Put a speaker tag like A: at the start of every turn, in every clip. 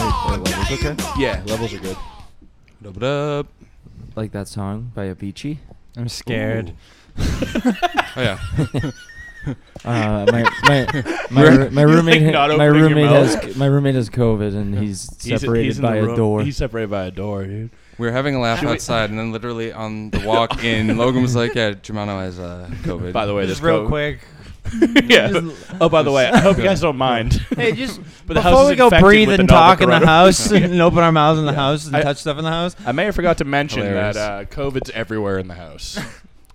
A: levels okay?
B: Yeah, levels are good. Dub dub.
C: Like that song by Avicii.
D: I'm scared.
B: Oh yeah.
C: Uh, my my my, ro- my
A: You, like,
C: roommate
A: not
C: my
A: opening your
C: roommate
A: mouth?
C: has my roommate has COVID and he's
A: He's-
C: separated
A: he's in
C: by
A: the
C: a
A: room-
C: door.
A: He's separated by a door, dude.
B: We were having a laugh outside, and then literally on the walk in, Logan was like, "Yeah, Germano has uh, COVID."
A: By the way,
D: Just
A: this
D: real
A: co-
D: quick.
A: yeah. Oh, by the way, I hope you guys don't mind.
D: Hey, just
A: But the house
D: before
A: is
D: we go
A: infected
D: breathe
A: with
D: and
A: another
D: talk in the
A: corona.
D: house and open our mouths in the
A: Yeah.
D: house and
A: I-
D: touch stuff in the house.
A: I may have forgot to mention
B: Hilarious.
A: that uh, COVID's everywhere in the house.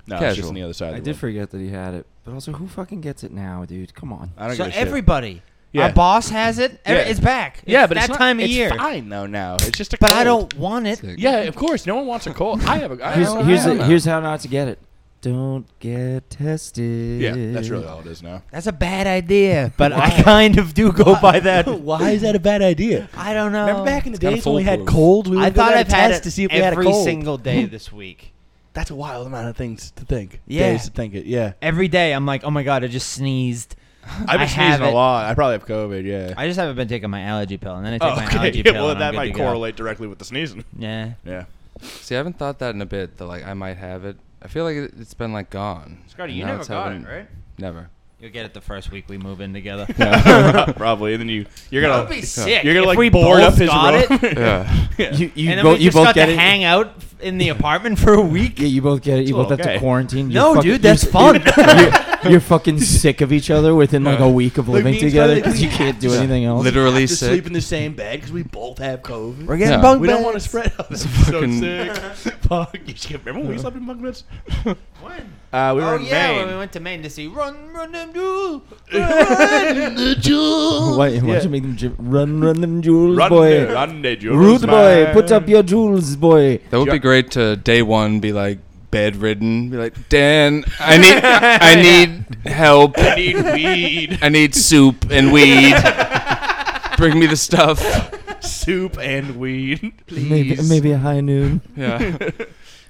A: No, it's
B: Casual.
A: just on the other side.
C: I
A: of the
C: did
A: room.
C: forget that he had it, but also who fucking gets it now, dude? Come on.
A: I don't
D: So
A: give a shit.
D: everybody,
A: Yeah.
D: our boss has it. Every,
A: Yeah.
D: It's back.
A: yeah,
D: It's
A: but
D: that
A: it's not,
D: time of
A: it's
D: year.
A: fine though now. It's just a.
D: But I
A: cold.
D: don't want it.
B: Sick.
A: Yeah, of course. No one wants a cold. I have a. I
C: Here's
A: have a-
C: here's,
B: I don't
C: the-
B: know.
C: here's how not to get it. Don't get tested.
A: yeah, that's really all it is now.
D: That's a bad idea. But I kind of do go by that.
E: Why is that a bad idea?
D: I don't know.
E: Remember back in the
B: kinda
E: days when we had
B: foolproof.
E: colds, we would
D: I
E: go
D: thought
E: get a
D: I've had
E: test
D: it
E: to see if we had a
D: every
E: cold.
D: single day this week.
E: That's a wild amount of things to think.
D: Yeah.
E: days to think it. Yeah,
D: Every day, I'm like, oh my god, I just sneezed.
A: I've
D: I
A: been
D: have
A: sneezing a
D: it.
A: lot. I probably have COVID. Yeah.
D: I just haven't been taking my allergy pill, and then I take
A: Oh,
D: my allergy pill. and I'm good to go.
A: directly with the sneezing.
D: Yeah.
A: Yeah.
B: See, I haven't thought that in a bit. That like I might have it. I feel like it, it's been like gone. And now it's having- Never.
D: You'll get it the first week we move in together.
A: probably. And then you you're
D: That would be sick.
A: You're gonna
D: if
A: like
D: we
A: board
D: both
A: up his
D: got
A: room.
D: it,
B: Yeah.
C: You you,
D: and then
C: bo-
D: we
C: you
D: just
C: both
D: got
C: get
D: to
C: it.
D: hang out in the apartment for a week.
C: yeah, you both get it. You
A: It's
C: both have
A: okay.
C: to quarantine. You're
D: No,
C: fucking-
D: dude, that's
C: you're-
D: fun.
C: You're, you're fucking sick of each other within like a week of living
E: me and
C: together
E: Tyler,
C: because
E: we
C: you can't
E: have
C: do
E: to-
C: anything else.
B: Literally
E: Have to
B: sick.
E: sleep in the same bed because we both have COVID.
D: We're getting
B: Yeah.
D: bunk
E: we
D: beds.
E: don't want to spread out. This is so
B: fucking-
E: sick. Fuck. You just can't- remember when we slept in bunk beds?
D: When?
A: Uh, we were
D: oh
A: in
D: yeah,
A: Maine.
D: when we went to Maine to see Run Run Them Jewels.
C: Why, why don't you make them ju- run, run them jewels,
A: Run,
C: boy?
A: there, run, there, Jules,
C: Rude boy,
A: man.
C: put up your jewels, boy.
B: That would
A: Yeah.
B: be great to day one be like bedridden, be like Dan, I need, I need help,
A: I need weed,
B: I need soup and weed. Bring me the stuff.
A: soup, and weed.
C: Maybe, maybe a high noon.
B: Yeah.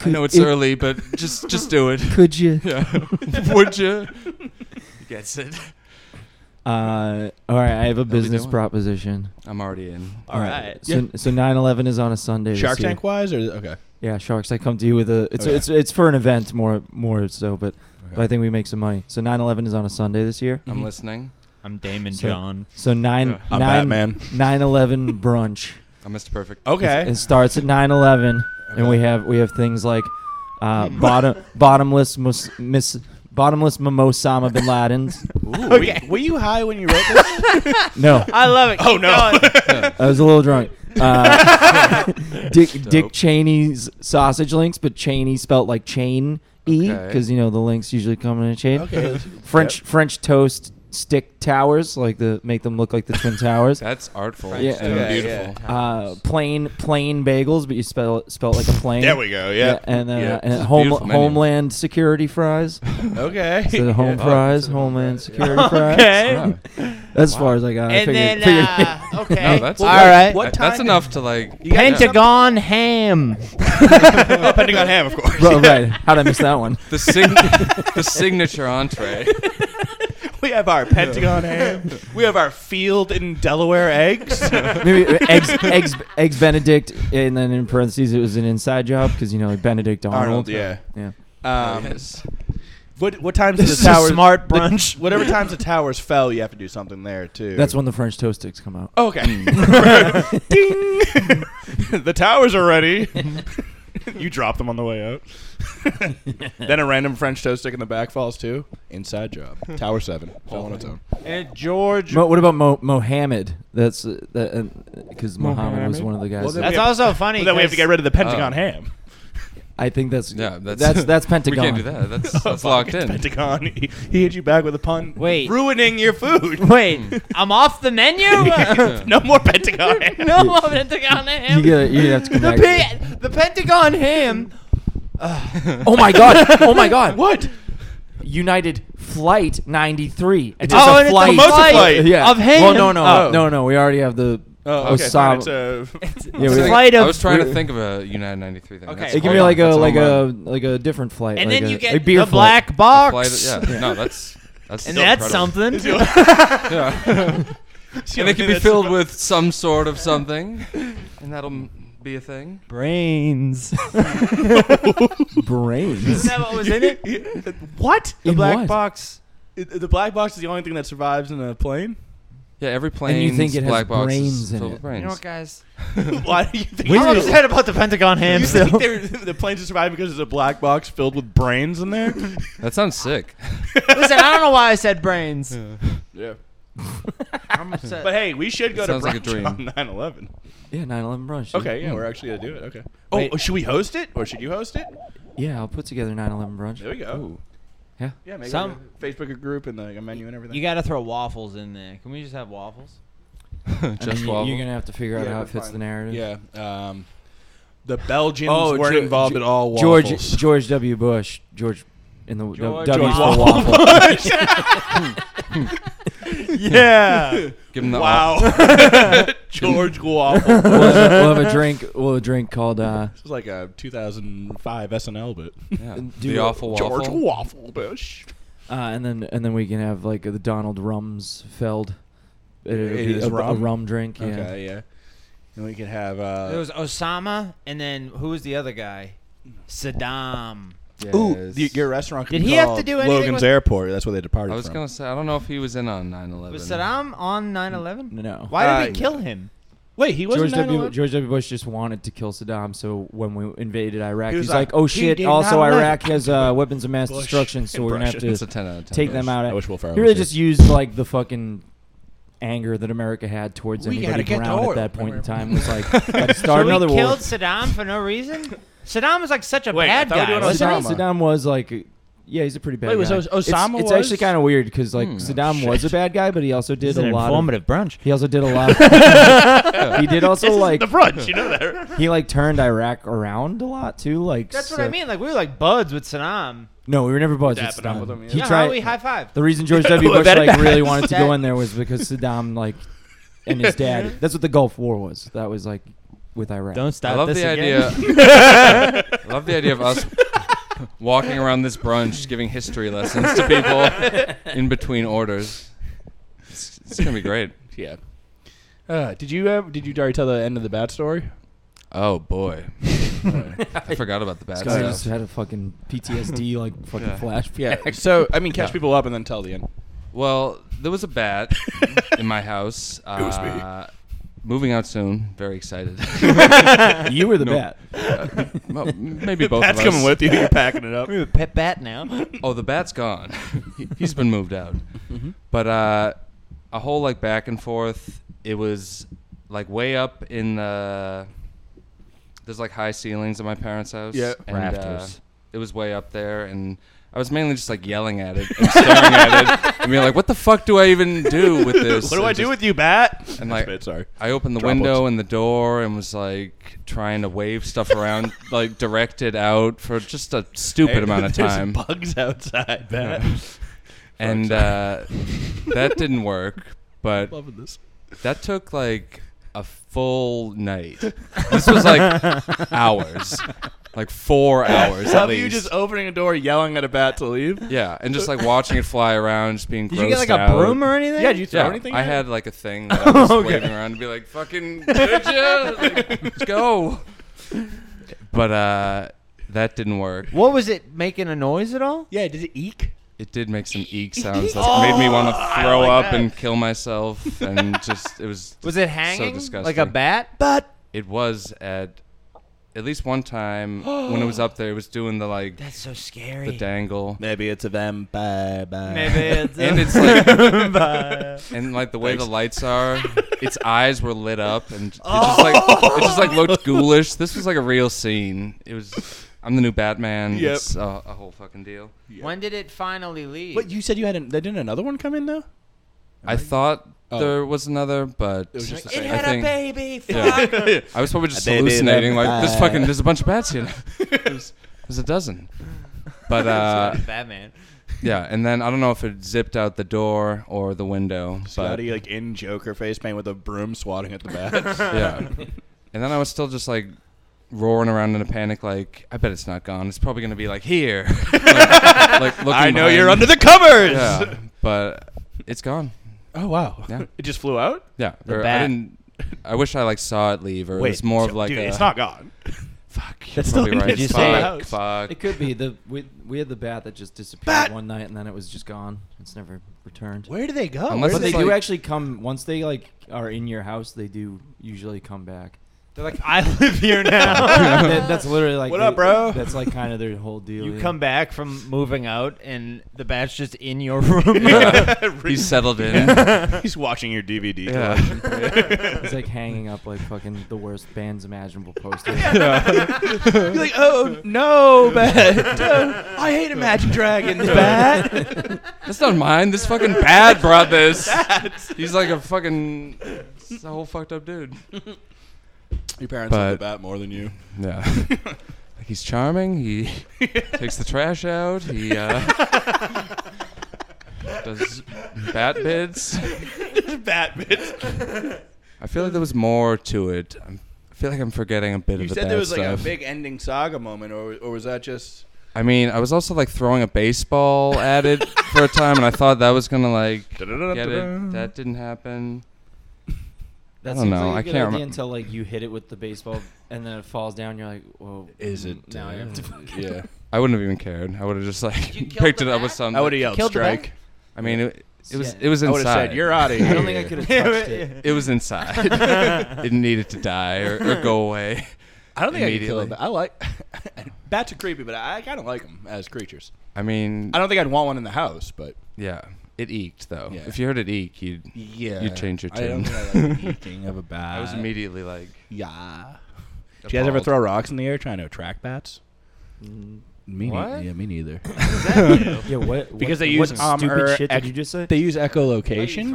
B: I know it's
C: It-
B: early, but just just do it.
C: Could you?
B: Yeah. Would you? Gets it.
C: Uh, all right, I have a
B: That'll be
C: business
B: doing.
C: proposition.
B: I'm already in.
C: All
D: right.
C: So so 9/11 is on a Sunday. this
A: Shark
C: year.
A: Tank wise, or okay,
C: Yeah, sharks. I come to you with a. It's
A: Okay.
C: it's it's for an event more more so, but
A: Okay.
C: I think we make some money. So 9/11 is on a Sunday this year.
B: I'm listening.
D: I'm Damon
C: So-
D: John.
C: So nine
B: Yeah.
A: I'm
C: nine
A: Batman.
C: nine eleven brunch.
B: I'm Mr. Perfect.
A: okay.
C: It starts at 9/11, and we have we have things like uh, bottom bottomless mus, miss bottomless mimosama bin Laden's.
A: Ooh,
D: Okay.
A: were, were you high when you wrote this?
C: No,
D: I love it.
A: oh no.
C: I was a little drunk. Uh, Dick Dick Cheney's sausage links, but Cheney spelt like chain e
B: Okay.
C: because you know the links usually come in a chain.
A: okay.
C: French French toast stick towers, like the make them look like the twin towers.
B: That's artful.
C: Yeah.
B: and
A: Yeah,
B: beautiful.
C: Uh, plain plain bagels, but you spell it spell it like a plane.
A: There we go. Yeah.
C: and uh,
A: Yeah.
C: and home,
B: beautiful menu.
C: homeland security fries.
A: Okay.
C: So the home
B: Yeah. Oh,
C: fries, homeland security fries.
D: Okay.
C: As far as I got. I
D: And
C: figured,
D: then
C: figured-
D: uh, okay.
B: No, Oh, that's
D: All
B: that-
D: right.
B: that- that's enough to like yeah.
D: Pentagon ham.
A: Oh, Pentagon ham, of course.
C: Ro- right. How'd I miss that one?
B: the sig- the signature entree.
A: We have our Pentagon ham. We have our Field in Delaware eggs.
C: Maybe uh, eggs, eggs, eggs Benedict, and then in parentheses it was an inside job because you know like Benedict Arnold.
A: Arnold, yeah.
C: Yeah.
A: Um,
B: Yes.
A: What what times
D: This
A: do
D: is
A: the
D: a
A: towers?
D: smart
A: the-
D: brunch.
A: whatever times the towers fell, you have to do something there too.
C: That's when the French toast sticks come out.
A: Oh, okay. Ding. the towers are ready. you drop them on the way out. then a random French toast stick in the back falls too. Inside job. Tower seven. Fell on its own.
D: And George.
C: Mo- what about Mo- Mohammed? That's because that, because Mohammed was one of the guys.
A: Well, then
C: that-
D: That's
A: we have-
D: also funny.
A: But then we have to
D: 'cause-
A: get rid of the Pentagon
B: Oh.
A: ham.
C: I think that's
B: Yeah, that's
C: that's, that's
B: we
C: Pentagon.
B: can't do that. That's, that's locked in.
A: Pentagon. He, he hit you back with a pun.
D: Wait.
A: Ruining your food.
D: Wait, I'm off the menu.
A: no more Pentagon ham.
D: no more Pentagon ham.
C: You gotta, you have to come
D: the,
C: back.
D: pe- the Pentagon ham.
C: oh my god! Oh my god!
A: What?
C: United Flight 93. It's
D: Oh, and it's a
A: mimosa
D: flight
A: flight.
C: Yeah.
D: of ham.
C: Well, no, no,
A: Oh.
C: no, no. We already have the
A: Oh, okay.
C: Osama.
A: Fine, it's a-
C: yeah,
B: I
C: we-
B: was thinking-
D: Flight
B: I
D: of-
B: was trying to
C: we-
B: think of a United 93 thing.
D: Okay.
B: That's
C: It can
B: home
C: be
D: Hold
C: like
B: run.
C: a
B: That's home
C: like
B: run.
C: a like a different flight.
D: and
C: like
D: then
C: a,
D: you get
C: a beer
D: the
C: flight.
D: black
B: A
D: box.
B: flight that- yeah. No, that's that's still
D: And that's
B: incredible.
D: something.
B: And it can be filled with some sort of something. and that'll m- be a thing.
D: Brains.
C: Brains.
E: Isn't that what was in it? what?
C: In
A: black
C: what?
A: box. it- the black box is the only thing that survives in a plane.
B: Yeah, every plane.
C: think it has
B: black box
C: brains
B: is
C: in
B: filled
C: it.
B: with brains.
F: You know what, guys?
A: Why do you think?
D: I'm
A: you
D: upset about the Pentagon ham still.
A: think they're- the planes are surviving because there's a black box filled with brains in there?
B: That sounds sick.
F: Listen, I don't know why I said brains.
A: yeah.
F: I'm upset.
A: But hey, we should go to
B: Sounds like a
A: brunch
B: dream.
A: on 9/11.
C: Yeah, 9/11 brunch. dude.
A: Okay, yeah,
C: Mm.
A: we're actually gonna do it. Okay. Oh,
C: Wait.
A: should we host it or should you host it?
C: Yeah, I'll put together 9/11 brunch.
A: There we go.
C: Yeah.
A: Yeah, make
F: Some-
A: a Facebook group and like a menu and everything.
F: you got to throw waffles in there. Can we just have waffles?
C: I mean,
B: Just
C: you-
B: waffle.
C: You're gonna have to figure out
A: Yeah,
C: how
A: we're
C: it fits
A: fine.
C: the narrative.
A: Yeah. Um, the Belgians
C: Oh,
A: weren't
C: Ge-
A: involved
C: Ge-
A: at all.
C: George
A: waffles.
C: George W. Bush. George in the
F: George
C: W's for
F: Waffle
C: waffle.
D: yeah.
B: Give him the
A: wow. George Waffle.
C: we'll, have a, we'll have a drink. We'll have a drink called uh,
A: This is like a 2005 SNL bit.
B: Yeah.
C: And do
B: The
C: a-
B: awful waffle.
A: George Waffle Bush.
C: uh, and then and then we can have like the Donald Rumsfeld. It, it'll
A: It
C: be
A: is
C: a, a
A: rum?
C: rum drink. Yeah.
A: Okay, yeah. And we could have. Uh,
F: There was Osama, and then who was the other guy? Saddam.
A: Ooh,
B: Yes.
A: the, your restaurant. could
F: Did
A: be
F: he have
A: called
F: to do anything
A: Logan's
F: with-
A: Airport. That's where they departed
B: I was
A: from.
B: gonna say I don't know if he was in on 9/11.
F: Was Saddam on 9/11?
C: No.
F: Why did
A: Uh,
F: they kill him?
A: Wait, he
C: George
A: wasn't
C: W.
A: 9/11?
C: George W. Bush just wanted to kill Saddam, so when we invaded Iraq,
A: He was
C: he's
A: like,
C: like, "Oh
A: he
C: shit!
A: did
C: Also,
A: not like
C: Iraq has uh, weapons of mass
A: Bush
C: destruction, so
A: and
C: we're gonna have
A: Russians."
B: It's a
C: to
B: 10 out of 10.
C: take them out."
A: I wish Will Ferrell
C: He really
A: was
C: just
A: here.
C: used like the fucking anger that America had towards
A: We gotta
C: anybody
A: get the
C: around
A: oil.
C: at that point in
A: Remember?
C: time. It's like, let's
F: So
C: start
F: we
C: another war.
F: killed Saddam for no reason. Saddam was like such a
A: Wait, I
F: bad
A: thought we were
F: guy,
A: doing
F: wasn't
C: Saddam,
A: Osama.
C: Saddam was like, a- yeah, he's a pretty bad
A: Wait, was
C: guy.
A: Os-
C: It's-
A: Osama
C: It's,
A: was?
C: actually kind of weird because like
B: Hmm.
C: Saddam was a bad guy, but he also did
D: It's an
C: a lot. Of,
D: informative brunch.
C: he also did a lot. of- he did also like
E: the brunch, you know that.
C: he like turned Iraq around a lot too. Like
F: he? That's what
C: so-
F: I mean. Like we were like buds with Saddam.
C: No, we were never buds. with
A: Dapping up
C: Saddam.
A: with him, yeah.
C: He
F: yeah,
C: tried.
F: how we high five?
C: the reason George W.
E: We're
C: Bush
E: better
C: like really wanted to go
F: That-
C: in there was because Saddam like and his dad. That's what the Gulf War was. That was like with Iraq.
D: Don't stop
B: I love
D: this
B: the
D: again.
B: idea. I love the idea of us walking around this brunch giving history lessons to people in between orders. It's, it's gonna be great.
A: Yeah. Uh, did you uh, did you already tell the end of the bat story?
B: Oh boy, I forgot about the bad
C: Sorry, I just
B: stuff.
C: had a fucking PTSD like fucking
B: Yeah.
C: flashback.
A: Yeah. So I mean, catch
B: Yeah.
A: people up and then tell the end.
B: Well, there was a bat in my house. Uh, moving out soon. Very excited.
C: you were the
B: No.
C: bat.
B: Uh, well, maybe both
A: Pat's
B: of us.
A: coming with you. You're packing it up.
F: We were pet bat now.
B: Oh, the bat's gone. He- He's been moved out.
E: Mm-hmm.
B: But uh, a whole like back and forth. It was like way up in the. There's like high ceilings in my parents' house.
A: Yeah.
B: and, uh,
D: Rafters.
B: it was way up there, and I was mainly just like yelling at it and staring at it, and being like, "What the fuck do I even do with this?
E: What do
B: And
E: I
B: just-
E: do with you, Bat?
B: And
A: That's
B: like,
A: a bit, sorry.
B: I opened the
A: Droplets.
B: window and the door and was like trying to wave stuff around, like directed out for just a stupid amount of
E: There's
B: time.
E: bugs outside, Bat.
B: and uh, that didn't work. But
A: Loving this.
B: that took like a full night. This was like hours, like four hours at
A: Of you
B: least.
A: just opening a door, yelling at a bat to leave.
B: yeah, and just like watching it fly around, just being.
F: Did you get like a
B: grossed
F: broom
B: out.
F: or anything?
A: Yeah, did you throw
B: Yeah,
A: anything?
B: I
A: at it?
B: had like a thing that I was waving around to be like, "Fucking, good job, like, let's go." But uh, that didn't work.
F: What was it making a noise at all?
E: Yeah, did it eek?
B: It did make some eek sounds that made me
A: Oh,
B: want to throw up and kill myself, and just it was.
F: Was it hanging
B: disgusting.
F: like a bat?
E: Bat.
B: It was at at least one time when it was up there. It was doing the like
F: That's so scary.
B: the dangle,
E: Maybe it's a vampire. Bat.
F: Maybe it's
B: and it's like and like the way the lights are, its eyes were lit up, and it just
F: Oh.
B: like it just like looked ghoulish. This was like a real scene. It was. I'm the new Batman.
A: Yep.
B: It's a, a whole fucking deal.
F: when did it finally leave?
A: But you said you had. An, didn't another one come in though?
B: I thought
A: Oh.
B: there was another, but
A: was just the
F: it
A: same.
B: I
F: had
B: think-
F: a baby.
B: Yeah.
F: Fuck.
B: I was probably just
E: Baby,
B: hallucinating. Like there's
E: vampire.
B: fucking there's a bunch of bats here. There's, there's a dozen. But uh,
F: Batman.
B: yeah, and then I don't know if it zipped out the door or the window. But
A: Scotty, like in Joker face paint with a broom, swatting at the bat.
B: yeah, and then I was still just like roaring around in a panic. Like I bet it's not gone. It's probably gonna be like here. like, like looking
E: I know you're under
B: behind-
E: the covers.
B: Yeah, but it's gone.
A: oh wow!
B: Yeah.
A: It just flew out.
B: Yeah,
D: The
B: or I
D: bat.
B: didn't I wish I like saw it leave, or
A: Wait,
B: it's more
A: so-
B: of like
A: dude,
B: a,
A: it's not gone. Fuck.
E: That's
B: Probably
E: not-
B: right.
E: it's
B: Fuck,
E: not in the
B: fuck,
E: house.
C: It could be the we, we had the bat that just disappeared
E: Bat!
C: one night and then it was just gone. It's never returned.
E: Where do they go? Where
B: Unless
C: But
E: do
C: they
B: it's
C: do
B: like-
C: actually come once they like are in your house. They do usually come back.
F: They're like, I live here now.
C: That- that's literally like
A: What
C: they-
A: up, bro?
C: That's like kind of their whole deal.
F: You
C: yeah.
F: come back from moving out, and the bat's just in your room.
B: He's settled in.
A: He's watching your DVD.
B: Yeah.
A: collection.
C: It's like hanging up like fucking the worst bands imaginable posters.
E: You're like, oh no, bat! Oh, I hate Imagine Dragons, bat!
B: That's not mine. This fucking bad brought this. He's like a fucking he's a whole fucked up dude.
A: Your parents love the
B: But-
A: bat more than you.
B: Yeah. Like he's charming. He takes the trash out. He uh, does bat bits.
A: bat bits.
B: I feel like there was more to it. I'm, I feel like I'm forgetting a bit
A: You
B: of the
A: said
B: bad
A: there was like
B: stuff.
A: a big ending saga moment, or or was that just?
B: I mean, I was also like throwing a baseball at it for a time, and I thought that was gonna like get it. That didn't happen.
C: That
B: I don't
C: seems
B: know,
C: Like a
B: I
C: good
B: can't
C: idea
B: remem-
C: until like you hit it with the baseball and then it falls down. You're like, whoa.
A: Is
C: mm,
A: it,
C: Now I
A: uh,
C: have to
A: Yeah,
B: I wouldn't have even cared. I would have just like
F: You killed
B: picked
F: the
B: it up with
F: bat?
B: something.
A: I would have yelled
F: Killed the bat?
A: strike.
B: I mean, it, it was
C: Yeah.
B: it was
A: I
B: inside.
A: would have said you're out of here.
C: I don't think I could have touched it.
B: It was inside. it needed to die or, or go away.
A: I don't think I could kill
B: Immediately.
A: a bat. I like bats are creepy, but I kind of like them as creatures.
B: I mean,
A: I don't think I'd want one in the house, but
B: yeah, it eked though.
A: Yeah.
B: If you heard it eek, you'd.
A: yeah,
B: You'd change your
A: I don't
B: tune. Uh,
A: think I like the eating of a bat.
B: I was immediately like,
A: Yeah. Do you guys ever
B: appalled.
A: throw rocks in the air trying to attract bats?
C: Mm,
A: Me
F: What?
A: neither. Yeah, me neither.
C: Yeah, what?
A: Because
C: what,
A: they
C: what
A: use, um,
C: stupid
A: er,
C: shit.
A: ex-
C: did you just say?
A: they use echolocation.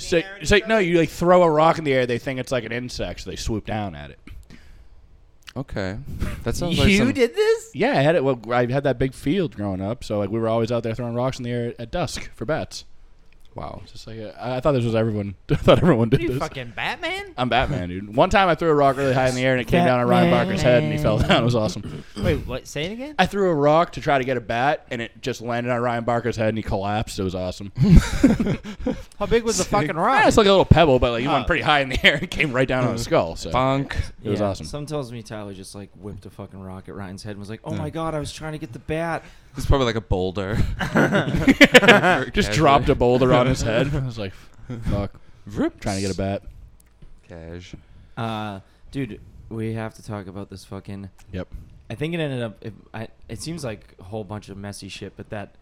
A: so, so no, you like throw a rock in the air. They think it's like an insect, so they swoop down at it.
B: Okay, that sounds like
F: you
B: some-
F: did this?
A: Yeah, I had it. Well, I had that big field growing up, so like we were always out there throwing rocks in the air at dusk for bats.
B: Wow.
A: Just like uh, I I thought this was everyone. I thought everyone
F: What
A: did
F: are you
A: this. Uh,
F: fucking Batman?
A: I'm Batman, dude. One time I threw a rock really high in the air and it came down on Ryan Barker's head and he fell down. It was awesome.
F: Wait, what? Say it again.
A: I threw a rock to try to get a bat and it just landed on Ryan Barker's head and he collapsed. It was awesome.
F: How big was the fucking
A: Yeah,
F: rock?
A: it's like a little pebble, but like it
F: Oh.
A: went pretty high in the air and came right down on his skull. So
B: Bonk.
A: it was
C: Yeah,
A: awesome.
C: Some tells me Tyler just like whipped a fucking rock at Ryan's head and was like, "Oh my god, I was trying to get the bat."
B: It's probably like a boulder.
A: just dropped a boulder on his head. I was like, fuck,
B: Rip.
A: trying to get a bat.
B: Cash.
C: Uh, dude, we have to talk about this fucking.
A: Yep.
C: I think it ended up. It, I, it seems like a whole bunch of messy shit, but that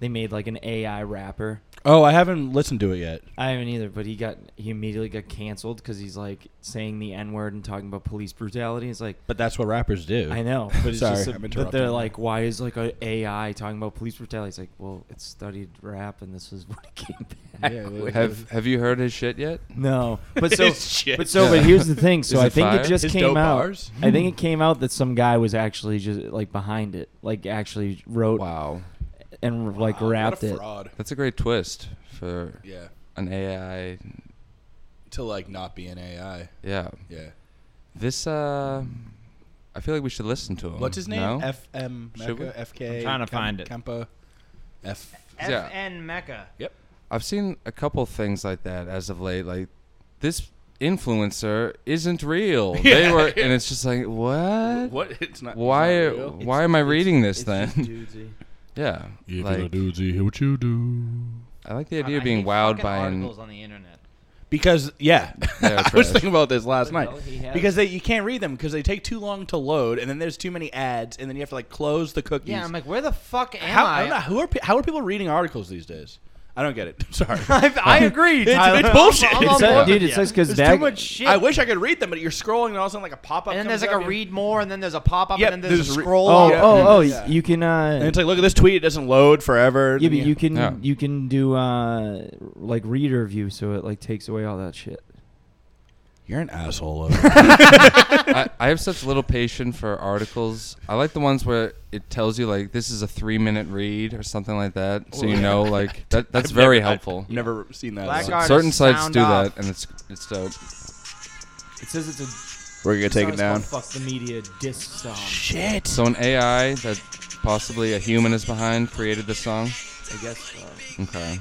C: they made like an AI rapper.
A: Oh, I haven't listened to it yet.
C: I haven't either, but he got he immediately got canceled because he's like saying the n word and talking about police brutality. It's like
A: But that's what rappers do.
C: I know, but it's
A: Sorry,
C: just a-
A: I'm
C: but they're
A: interrupting.
C: like, why is like a AI talking about police brutality? It's like, well, it studied rap, and this is what it came back
A: Yeah, well,
C: with.
B: Have Have you heard his shit yet?
C: No, but so,
A: His shit.
C: but so,
B: Yeah.
C: but here's the thing. So
B: Is
C: I
B: it
C: think
B: fire?
C: it just
A: His
C: came
A: dope
C: out.
A: bars?
C: I think it came out that some guy was actually just like behind it, like actually wrote
B: Wow,
C: and like rapped it.
A: fraud.
B: that's a great twist for
A: Yeah.
B: an AI.
A: To like not be an AI.
B: Yeah.
A: Yeah.
B: This uh, I feel like we should listen to him.
A: What's his name?
B: No?
A: FM
B: Should we?
A: Mecca, FK.
F: I'm trying to find it.
A: Kempa. F.
B: Yeah.
F: FN Mecca.
A: Yep.
B: I've seen a couple things like that as of late. Like this influencer isn't real. They
A: Yeah.
B: were, and it's just like what?
A: What? It's not.
B: Why?
A: It's not real.
B: why am I reading this
C: It's
B: then?
C: just doozy.
B: yeah. Like,
A: doozy, hear what you do.
B: I like the idea
F: I
B: of being
F: hate
B: wowed
F: fucking
B: by an.
F: articles on the internet.
A: Because yeah,
B: They're
A: I was
B: trash.
A: thinking about this last night.
C: Well, he had-
A: Because they you can't read them because they take too long to load, and then there's too many ads, and then you have to like close the cookies.
F: Yeah, I'm like, where the fuck am
A: how,
F: I?
A: I don't know, who are pe- how are people reading articles these days? I don't get it. Sorry.
F: I've- I agree.
A: It's-
F: Tyler.
A: it's bullshit.
F: I'm, I'm
A: It's
F: on
C: It sucks-
F: board
C: dude,
F: with
C: it
F: ya.
C: sucks because
F: There's too much shit.
A: I wish I could read them, but you're scrolling, and all of a sudden like a pop up.
F: and then there's like a read more, and then there's a pop up,
A: Yep,
F: and then there's,
A: there's
F: a
A: re-
F: scroll.
C: Oh,
A: Yeah.
C: oh, oh!
A: Yeah.
C: You can. Uh,
A: And it's like, look at this tweet; it doesn't load forever.
C: yeah,
A: and
C: but
A: then
C: you can
B: Yeah.
C: you can do uh like reader view, so it like takes away all that shit.
A: You're an asshole.
B: I, I have such little patience for articles. I like the ones where it tells you like this is a three minute read or something like that, so you know like that. That's
A: I've
B: very
A: never- I've
B: helpful.
A: never seen that.
F: Black
A: at all.
F: Artist,
B: Certain sites
F: sound
B: do
F: off.
B: that, and it's it's dope.
C: It says it's a
A: We're gonna take it down.
C: Fuck the media diss song.
A: Shit.
B: So an AI that possibly a human is behind created this song.
C: I guess. uh, So.
B: Okay.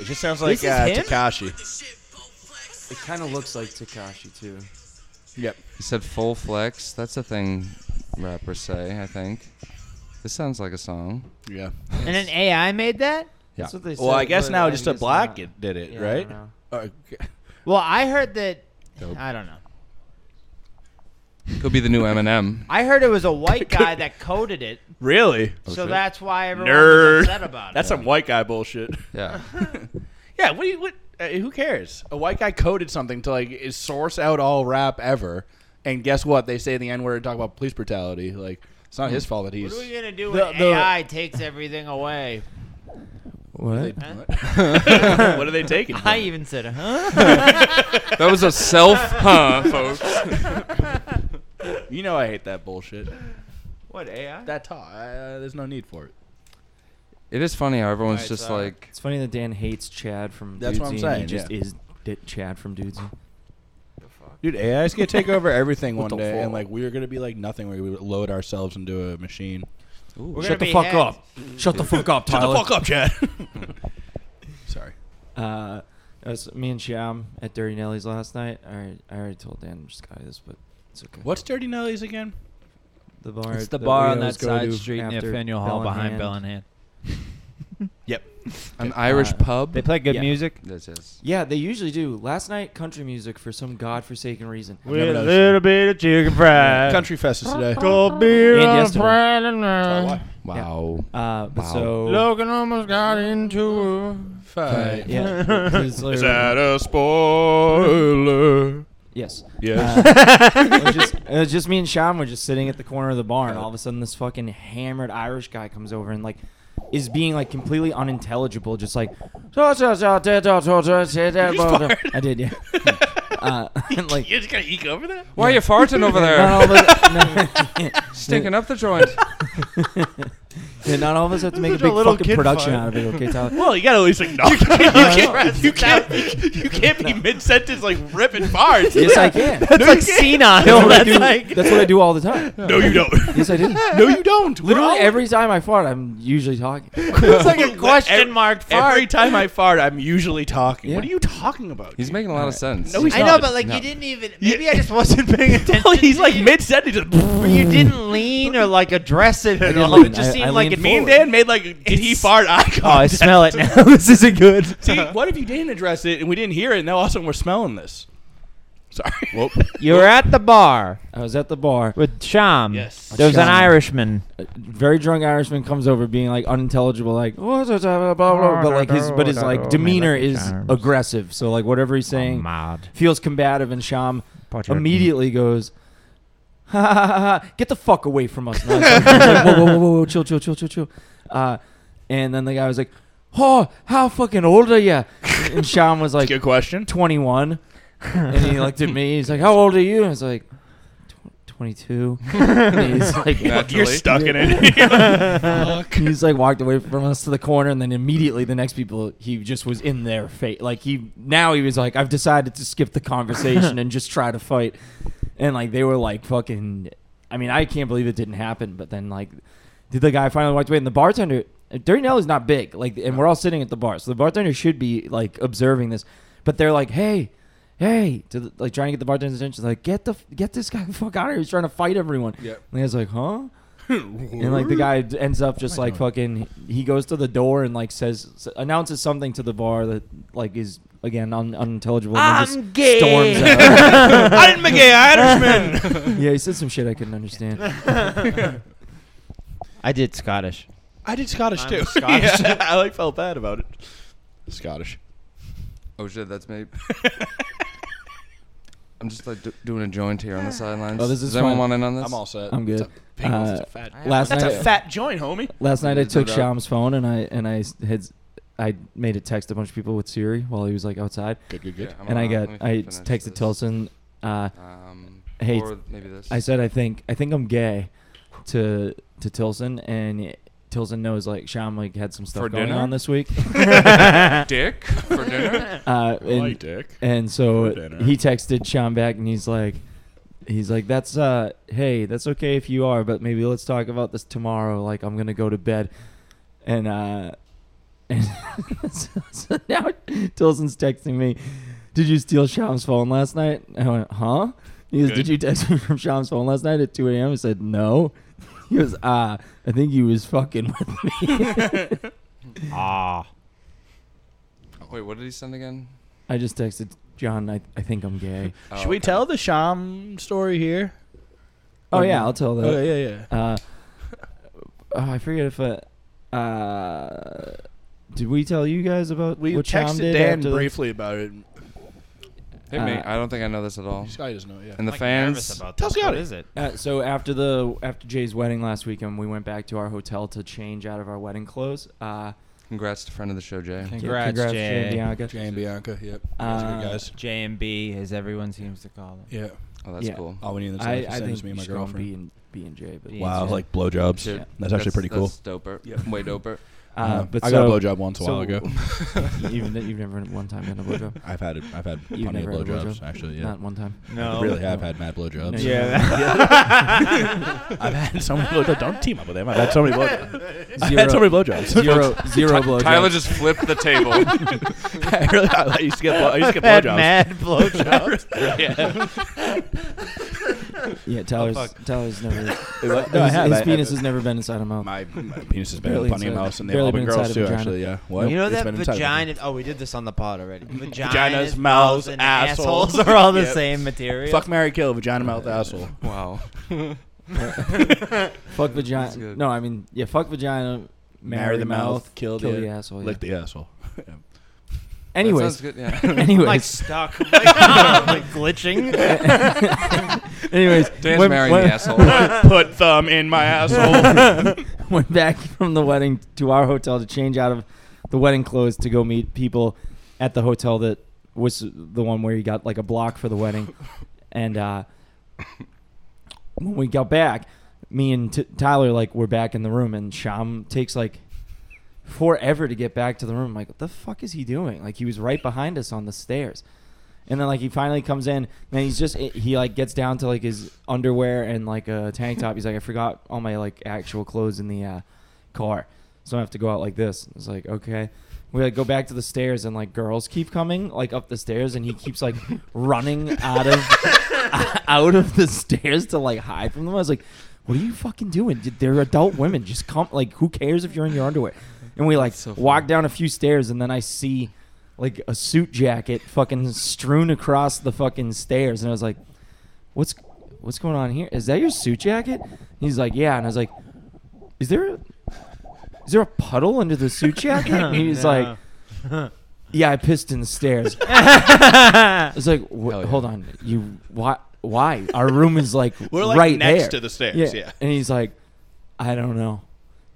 A: It just sounds
F: This is
A: like uh,
F: him?
A: Takashi.
G: It kind of looks like Takashi too.
A: Yep.
B: He said full flex. That's a thing rappers say, I think. This sounds like a song.
A: Yeah.
F: And an AI made that?
B: Yeah.
D: That's what they
A: Well,
D: said,
A: I guess
D: but
A: now just a
D: guess
A: black
D: not.
A: kid did it,
D: Yeah, I
A: right? Uh,
D: don't know.
A: Okay.
F: Well, I heard that.
A: Dope.
F: I don't know.
B: Could be the new Eminem.
F: I heard it was a white guy that coded it,
A: Really?
F: so
B: shit.
F: that's why everyone
A: Nerd.
F: was upset about
A: That's
F: it.
A: some white guy bullshit.
B: Yeah.
A: Yeah, what? do you- what uh, who cares? A white guy coded something to like is source out all rap ever, and guess what? They say the n word and talk about police brutality. Like it's not his fault that he's.
F: What are we gonna do
A: The-
F: when
A: the-
F: AI takes everything away?
C: What?
A: What? what are they taking? from
F: I
A: it?
F: even said, huh?
B: That was a self, huh, folks?
A: You know I hate that bullshit.
F: What AI?
A: That talk. Uh, there's no need for it.
B: It is funny how everyone's
F: Alright,
B: just
F: sorry.
B: like,
C: It's funny that Dan hates Chad from
A: That's what I'm
C: Dudesy
A: saying,
C: And he just
A: yeah.
C: is di- Chad from Dudesy.
A: Dude, AI's gonna take over everything one
B: What the
A: day, and
B: fuck?
A: like we're gonna be like nothing. We're gonna load ourselves into a machine.
F: We're gonna
C: Shut the
F: be
C: fuck
F: hacked.
C: up. Shut the fuck up, Tyler.
A: up, Chad. Sorry.
C: Uh, it was me and Shyam at Dirty Nelly's last night. I already, I already told Dan Sky this, but it's okay.
A: What's Dirty Nellies again?
C: The bar.
D: It's the
C: that
D: bar
C: we
D: on
C: always
D: that
C: go
D: side
C: to
D: street near
C: after
D: Faneuil Hall
C: Bell in
D: behind
C: Hand.
D: Bell in Hand.
A: Yep.
B: an Irish
D: Uh,
B: pub.
D: They play good
C: Yeah.
D: music.
B: This is.
C: Yeah, they usually do. Last night, country music for some godforsaken reason.
A: With a
D: little bit of chicken fried.
A: Country Fest is today.
D: Cold beer
C: And
D: on a
C: yesterday.
D: Friday night.
A: Why?
B: Wow.
C: Uh, but
B: Wow.
C: so
D: Logan almost got into a
A: Fight.
C: yeah, it's
A: Is
C: literally-
A: that a spoiler?
C: yes.
A: Yes.
C: Uh, it, was just, it was just me and Sean were just sitting at the corner of the bar, and all of a sudden, this fucking hammered Irish guy comes over and like is being like completely unintelligible, just like. I did, yeah. Uh, and, like,
A: You're just gonna eke over that?
B: Why are you farting over there?
C: not all of us, no,
B: Stinking up the joint.
C: yeah, not all of us have to make a
A: Such a
C: big
A: little
C: fucking
A: kid
C: production
A: fart.
C: out of it, okay, Tyler?
A: Well, you gotta at least acknowledge. you, can't, you, can't, you can't. be mid sentence like ripping bars.
C: Yes, I can.
A: That's like
C: That's
A: senile.
C: what I do- that's what I do all the time.
A: No, you don't.
C: Yes, I do.
A: No, you don't. We're all-
C: Literally every time I fart, I'm usually talking.
A: It's like a
F: Question mark fart.
A: Every time I fart, I'm usually talking.
C: Yeah.
A: What are you talking about?
B: He's making a lot of sense.
A: No, he's
F: I know,
A: not.
F: but like
B: No.
F: you didn't even. Maybe I just wasn't paying attention.
A: Well, he's
F: to
A: like
F: you.
A: mid sentence.
F: You didn't lean or like address it at
C: didn't
F: all.
C: lean.
F: It just
C: I-
F: seemed
C: I
F: like it
C: leaned
A: Me and
F: forward.
A: Dan made like, did he fart eye contact?
D: Oh, I smell it now. this isn't good.
A: See, what if you didn't address it and we didn't hear it, and now all of a sudden we're smelling this? Sorry. Whoop.
F: You were at the bar
C: I was at the bar.
F: with Sham.
A: Yes.
F: There was an
C: Sham.
F: Irishman.
C: A very drunk Irishman comes over, being like unintelligible, like "Oh, "What's up, blah, blah, blah," but like his but his like demeanor is aggressive. So like whatever he's
D: Oh,
C: saying
F: Oh, Mad.
C: feels combative, and Sham
F: Potter.
C: immediately goes. Ha, ha, ha, ha, get the fuck away from us! And I was like, whoa, whoa, whoa, whoa, whoa, chill, chill, chill, chill, chill. Uh, and then the guy was like, "Oh, how fucking old are you?" And Sean was like,
A: Good question.
C: 21. and he looked at me. He's like, How old are you? And I was like, "Tw- 22. and he's like,
A: You're
B: Naturally.
A: stuck in it.
C: he's like walked away from us to the corner. And then immediately the next people, he just was in their fate. Like, he now he was like, I've decided to skip the conversation and just try to fight. And like, they were like, fucking. I mean, I can't believe it didn't happen. But then, like, did the guy finally walked away? And the bartender, Dirty Nelly's not big. Like, and we're all sitting at the bar, so the bartender should be like observing this. But they're like, "Hey, hey," to the, like trying to get the bartender's attention. Like, get the get this guy the fuck out of here. He's trying to fight everyone. Yeah. And the guy's like, "Huh." and
B: Mm.
C: like the guy d- ends up just like fucking. He goes to the door and like says s- announces something to the bar that like is again un- unintelligible. and then
F: I'm
C: just
F: gay.
C: Storms out.
A: I'm a gay Irishman.
C: yeah, he said some shit I couldn't understand.
F: I did Scottish.
A: I did Scottish
F: I'm
A: too.
F: Scottish.
A: Yeah, I like felt bad about it. Scottish.
B: Oh shit, that's me. I'm just like do- doing a joint here on the sidelines.
C: Oh, this is
B: Does anyone
C: fine.
B: want in on this?
A: I'm all set.
C: I'm good.
A: It's a pink- it's
C: Uh,
A: a fat-
C: last
A: That's a
C: night-
A: fat joint, homie.
C: Last night I
B: There's no
C: took
B: doubt.
C: Sham's phone and I and I s- had s- I made a text a bunch of people with Siri while he was like outside,
A: Good, good,
B: Yeah,
A: good.
B: I'm
C: and I
B: on.
C: got
B: Let me
C: I
B: finish
C: texted
B: this.
C: Tilson. Uh,
B: Um,
C: Hey,
B: or maybe this.
C: I said I think I think I'm gay to to Tilson, and Tilson knows like Sham like had some stuff
B: For
C: going
B: dinner?
C: on this week,
B: dick for dinner.
A: Hi,
C: uh, and
A: Dick.
C: and so
A: For dinner.
C: he texted Sham back, and he's like. He's like, that's uh, hey, that's okay if you are, but maybe let's talk about this tomorrow. Like, I'm gonna go to bed, and uh, and so, so now Tilson's texting me. "Did Did you steal Sham's phone last night? I went, Huh? He goes,
B: Good.
C: Did you text me from Sham's phone last night at 2 a.m.? I said, No. He goes, Ah, I think he was fucking with me.
B: Wait, what did he send again?
C: I just texted John, I, I think I'm gay.
B: Oh,
A: Should we
B: okay.
A: tell the Sham story here?
C: Oh, yeah, I'll tell that.
A: Okay, yeah, yeah.
C: Uh, oh, I forget if I. Uh, did we tell you guys about
A: We
C: what Shyam
A: texted
C: did
A: Dan
C: after the-
A: briefly about it.
B: Hit me.
C: uh,
B: I don't think I know this at all.
A: Scotty doesn't know. Yeah.
B: And the
F: like, nervous
B: fans.
F: about
A: Tell
F: this.
A: Scotty.
F: What is it?
C: Uh, so after the after Jay's wedding last weekend, we went back to our hotel to change out of our wedding clothes. Uh,
B: Congrats to friend of the show, Jay.
F: Congrats,
C: congrats Jay and
F: Jay.
C: Bianca.
A: Jay and Bianca. Yep.
C: Those are good Uh,
A: guys.
C: guys.
F: JMB, as everyone seems to call it.
A: Yeah.
B: Oh, that's
C: Yeah.
B: cool.
A: All we need in this
C: I,
A: life
C: I
A: is
C: think
A: just me and my
C: she's gonna
A: girlfriend.
C: be in B and J, but
F: Yeah.
A: Wow,
F: Shit.
A: like blowjobs.
B: Shit.
A: That's actually pretty cool.
B: That's doper.
A: Yep.
B: Way doper.
C: uh,
A: Uh,
C: but
A: I
C: so,
A: got a blowjob once a while
C: so-
A: ago.
C: even you've never one time done a blowjob.
A: I've had it. I've had
C: You've
A: plenty of
C: never had a
A: blowjobs
C: blowjob?
A: actually. Yeah.
C: Not one time.
A: I
F: No.
A: really have
C: No.
A: had mad blowjobs.
C: No, you
F: Yeah.
A: I've had so many blowjobs. Don't team up with him. I've had so many blowjobs. I've
C: Zero-
A: had so many blowjobs.
C: Zero zero blowjobs.
B: Tyler just flipped the table.
A: I really, I used to get, blow, I used to get
D: Had
A: blowjobs.
D: mad blowjobs.
B: Oh,
C: yeah, Tyler's Tyler's never.
A: It- no, I
C: his
A: have.
C: his
A: I-
C: penis
A: I-
C: has never been inside a mouth.
A: My, my penis has been
C: Barely
A: in plenty of
C: inside-
A: mouths, and they've
C: barely
A: all been
C: been inside
A: girls
C: a
A: too.
C: vagina.
A: Actually, yeah. What?
F: You know
A: It's
F: that
A: been inside a
F: vagina. Oh, we did this on the pod already. Vaginas,
A: Vaginas, mouths,
F: and
A: assholes.
F: assholes.
D: Those are all the
A: Yep.
D: same material.
A: Fuck, Mary, kill, vagina, mouth, asshole.
B: wow.
C: fuck vagina.
B: good.
C: No, I mean yeah, fuck vagina. Marry, the mouth,
A: kill the,
C: kill the asshole. Yeah.
A: lick the asshole.
B: That
C: Anyways,
B: sounds good. Yeah.
C: anyways,
D: like stuck. Like, like glitching.
C: anyways.
B: Dan's
C: when-
B: marrying
C: when-
B: the asshole.
A: Put thumb in my asshole.
C: went back from the wedding to our hotel to change out of the wedding clothes to go meet people at the hotel that was the one where you got like a block for the wedding. And uh, when we got back, me and T- Tyler like were back in the room, and Sham takes like forever to get back to the room. I'm like, what the fuck is he doing? Like he was right behind us on the stairs. And then like he finally comes in, and he's just he like gets down to like his underwear and like a tank top. He's like, I forgot all my like actual clothes in the uh, car, so I have to go out like this. It's like okay. We like go back to the stairs and like girls keep coming like up the stairs and he keeps like running out of out of the stairs to like hide from them. I was like, "What are you fucking doing? They're adult women. Just come. Like, who cares if you're in your underwear?" And we like
B: so
C: walk
B: funny.
C: down a few stairs, and then I see like a suit jacket fucking strewn across the fucking stairs, and I was like, "What's what's going on here? Is that your suit jacket?" And he's like, "Yeah," and I was like, "Is there?" Is there a puddle under the suit jacket? And he's like, "Yeah, I pissed in the stairs." I was like, wh-
B: Hell yeah.
C: "Hold on, you why? Why? Our room is like
A: We're like
C: right
A: next
C: there.
A: to the stairs. Yeah.
C: And he's like, "I don't know."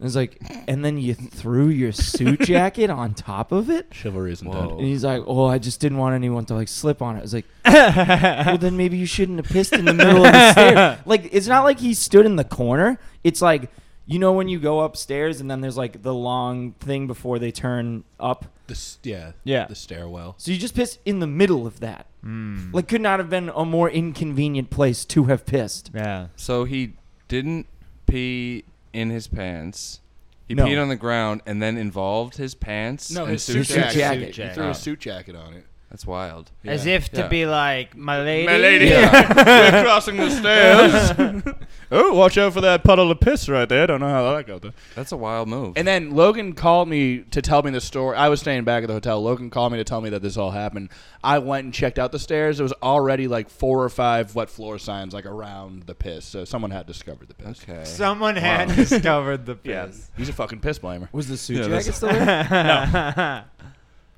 C: And it's like, and then you threw your suit jacket on top of it.
A: Chivalry isn't
B: Whoa.
A: dead.
C: And he's like, "Oh, I just didn't want anyone to like slip on it." I was like, "Well, then maybe you shouldn't have pissed in the middle of the stairs." Like, it's not like he stood in the corner. It's like, you know, when you go upstairs and then there's like the long thing before they turn up.
A: The s- yeah.
C: Yeah.
A: The stairwell.
C: So you just pissed in the middle of that.
A: Hmm.
C: Like, could not have been a more inconvenient place to have pissed.
F: Yeah.
B: So he didn't pee in his pants. He
C: No.
B: peed on the ground and then involved his pants.
A: No,
B: and
A: his suit
C: jacket.
A: jacket. Ah.
C: jacket.
A: He threw his suit jacket on it.
B: That's wild.
F: As
B: Yeah.
F: if to
B: Yeah.
F: be like, my lady.
A: we're crossing the stairs. oh, watch out for that puddle of piss right there. Don't know how that got there.
B: That's a wild move.
A: And then Logan called me to tell me the story. I was staying back at the hotel. Logan called me to tell me that this all happened. I went and checked out the stairs. There was already like four or five wet floor signs like around the piss. So someone had discovered the piss.
B: okay.
F: Someone had discovered the piss.
A: He's a fucking piss blamer.
C: Was the suit
B: Yeah, that's-
C: jacket still there?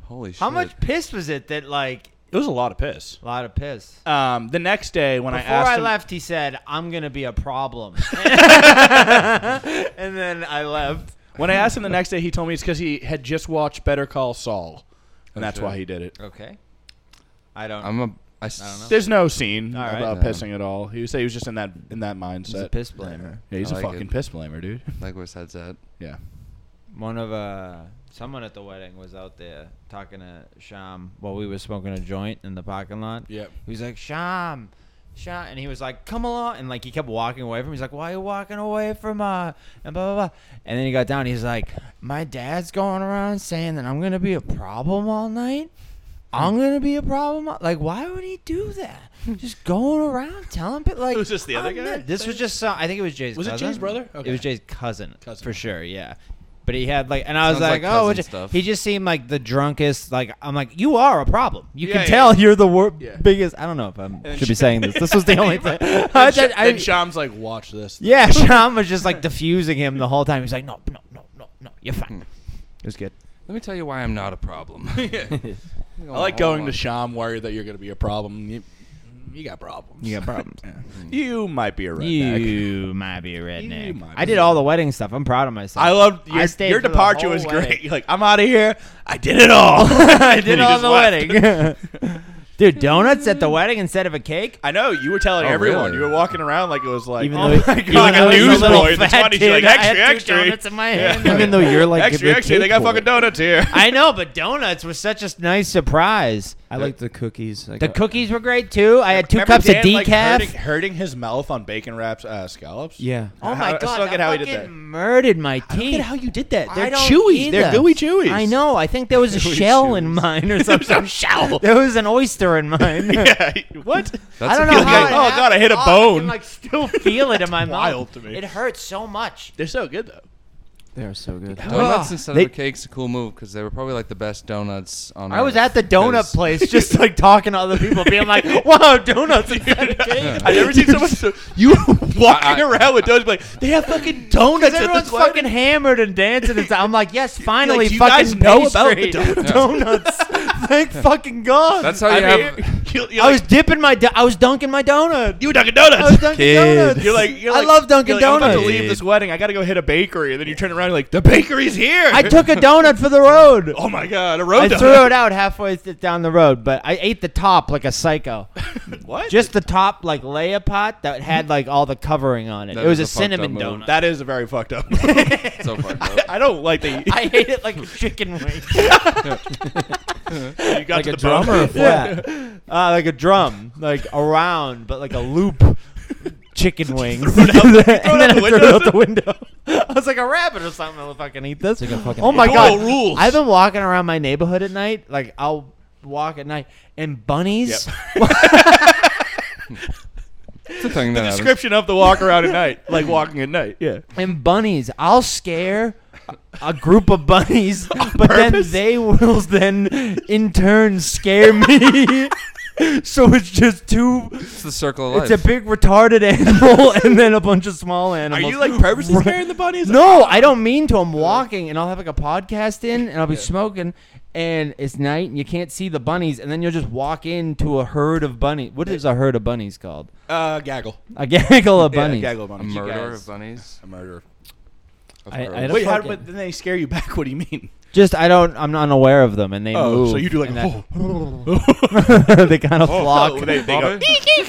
B: Holy shit.
F: How much piss was it that, like,
A: It was a lot of piss.
F: a lot of piss?
A: Um, the next day when I
F: Before
A: asked
F: I
A: him,
F: left, he said, I'm going to be a problem. and then I left.
A: when I asked him the next day, he told me it's because he had just watched Better Call Saul, and
B: Oh,
A: that's
B: shit.
A: why he did it.
F: Okay. I don't
B: I'm a. I, s-
F: don't know.
A: There's no scene
F: All right.
A: about
B: No.
A: pissing at all. He would say he was just in that in that mindset.
F: He's a piss blamer.
A: yeah, he's
B: I
A: a
B: like
A: fucking
B: it.
A: piss blamer, dude.
B: Like what said said.
A: Yeah.
F: One of uh, someone at the wedding was out there talking to Sham while we were smoking a joint in the parking lot.
A: Yep.
F: He was like, Sham, Sham. And he was like, come along. And like, he kept walking away from him. He's like, why are you walking away from uh, and blah, blah, blah. And then he got down. He's like, my dad's going around saying that I'm going to be a problem all night.
D: I'm gonna be a problem. Like, why would he do that? Just going around telling people like
H: Was this the other
D: I'm
H: guy
D: not- this was just some, I think it was Jay's.
H: Was it
D: cousin.
H: Jay's brother?
D: It
H: Okay.
D: was Jay's cousin,
H: Cousin,
D: for
H: okay.
D: sure. Yeah, but he had like, and I was
B: Sounds
D: like,
B: like
D: oh,
B: cousin
D: what you-
B: stuff.
D: he just seemed like the drunkest. Like, I'm like, you are a problem. You
H: Yeah,
D: can
H: yeah,
D: tell you're the wor-
H: Yeah.
D: biggest. I don't know if I
H: then
D: should be
H: Sha-
D: saying this. This was the only thing. I
A: And,
D: said- I-
A: Sham's like, watch this.
D: yeah, Sean was just like diffusing him the whole time. He's like, no, no, no, no, no, you're
A: Hmm.
D: fine. It was good.
B: Let me tell you why I'm not a problem.
A: I like going to Sham worried that you're going to be a problem. You, you got problems.
D: You got problems.
A: You might be a redneck.
D: You might be a redneck.
A: might
D: I
A: be
D: did all the wedding stuff. I'm proud of myself.
A: I loved
D: I
A: your,
D: stayed
A: your
D: for the
A: departure
D: whole
A: was
D: wedding.
A: great. You're like, I'm out of here. I did it all.
D: I did
A: he
D: all
A: just
D: the
A: left.
D: wedding. Dude, donuts at the wedding instead of a cake?
A: I know you were telling everyone.
B: really?
A: You were walking around like it was like
D: Oh, Even
A: oh
D: though,
A: my God,
D: even though
A: like a
D: I was little
A: newsboy in the
D: fat
A: 20s. You're like
D: dude, I had
A: extra,
D: two
A: extra,
D: donuts in my hand.
C: Even though you're like
A: extra,
C: the
A: extra. They
C: cake
A: got
C: boy.
A: fucking donuts here.
D: I know, but donuts were such a nice surprise.
C: I like the cookies. I
D: The
C: got-
D: cookies were great too. I had two
A: Remember
D: cups of
A: Dan, like,
D: decaf.
A: hurting, hurting his mouth on bacon wraps uh, scallops.
C: yeah.
D: oh
A: I- I
D: my god!
A: still don't
D: that
A: get how he did
D: fucking
A: that.
D: murdered my teeth.
A: I don't get how you did that.
D: I
A: They're
D: don't
A: chewy. They're
D: either.
A: gooey chewies.
D: I know. I think there was a shell in mine or something. there was shell. There was an oyster in mine.
A: yeah. What?
B: That's
D: I don't
B: a
D: know
B: good
D: how.
A: like,
D: it
A: "Oh, God, I hit a
D: happened. Oh, I
A: bone."
D: can, like still feel it in my mouth.
A: wild to me.
D: It hurts so much.
A: They're so good though.
C: They are so good.
B: Donuts instead
D: They-
B: of a cake's a cool move because they were probably like the best donuts on.
D: I was
B: earth,
D: at the donut
B: 'cause-
D: place, just like talking to other people, being like, "Wow, donuts instead of cake."
A: I never seen someone so you were walking
B: I-
A: around with donuts like they have fucking donuts.
D: Because
A: at
D: everyone's
A: this wedding."
D: fucking hammered and dancing. And stuff. I'm like, yes, finally,
A: "Do you
D: fucking
A: guys know about the
D: pastry.
A: donuts?"
D: donuts. Thank fucking God.
B: That's how
A: I
B: Oh, you
A: mean,
B: have.
A: you- you're
D: I was
A: like,
D: dipping my. Do- I was dunking my donut.
A: you were Dunkin'
D: I was
A: Donuts.
D: dunking
B: Kid.
D: donuts.
A: You're like, you're
D: I
A: like,
D: love Dunkin'
A: you're like, I'm about
D: Donuts.
A: to leave this wedding. I got to go hit a bakery, and then you turn around, you're like, the bakery's here.
D: I took a donut for the road.
A: Oh my god, a road
D: I
A: donut.
D: threw it out halfway th- down the road, but I ate the top like a psycho.
A: What?
D: Just the top, like layer pot that had like all the covering on it.
B: That
D: it was a
B: is a fucked up
D: cinnamon
B: move.
D: donut.
A: that is very fucked up.
B: So fucked up.
A: I don't like that you,
D: I ate it like a chicken wing.
A: you got to the bone.
C: a drummer or
D: yeah, uh, like a drum, like around, but like a loop. Chicken wings. and then
A: the
D: I threw it out
A: window?
D: the window. I was like a rabbit or something. I'll fucking eat this.
C: It's like a fucking-
D: oh my
A: Dual
D: god!
A: rules.
D: I've been walking around my neighborhood at night. Like I'll walk at night and bunnies.
B: It's a thing that happens.
A: Description of the walk around at night, like walking at night. Yeah.
D: and bunnies. I'll scare a group of bunnies, but
A: purpose?
D: then they will then in turn scare me. so it's just two.
B: It's the circle of life.
D: It's a big retarded animal and then a bunch of small animals.
A: purposely scaring the bunnies?
D: No, I don't mean to. I'm walking and I'll have like a podcast in and I'll be smoking and it's night and you can't see the bunnies and then you'll just walk into a herd of bunnies. What is a herd of bunnies called?
A: Uh, gaggle.
D: A gaggle of
A: Yeah,
D: bunnies.
A: gaggle of
B: a
A: bunnies.
B: murder
A: You
B: of
A: guys-
B: bunnies.
A: A murder.
B: Of
C: I- I
B: crows.
C: don't-
A: Wait, how,
C: fucking-
A: but then they scare you back. What do you mean?
D: Just I don't. I'm not aware of them and they move.
A: Oh, so you do like
D: and
A: a
D: that- they kind of flock.
A: Oh, they, they go,
B: Bobby?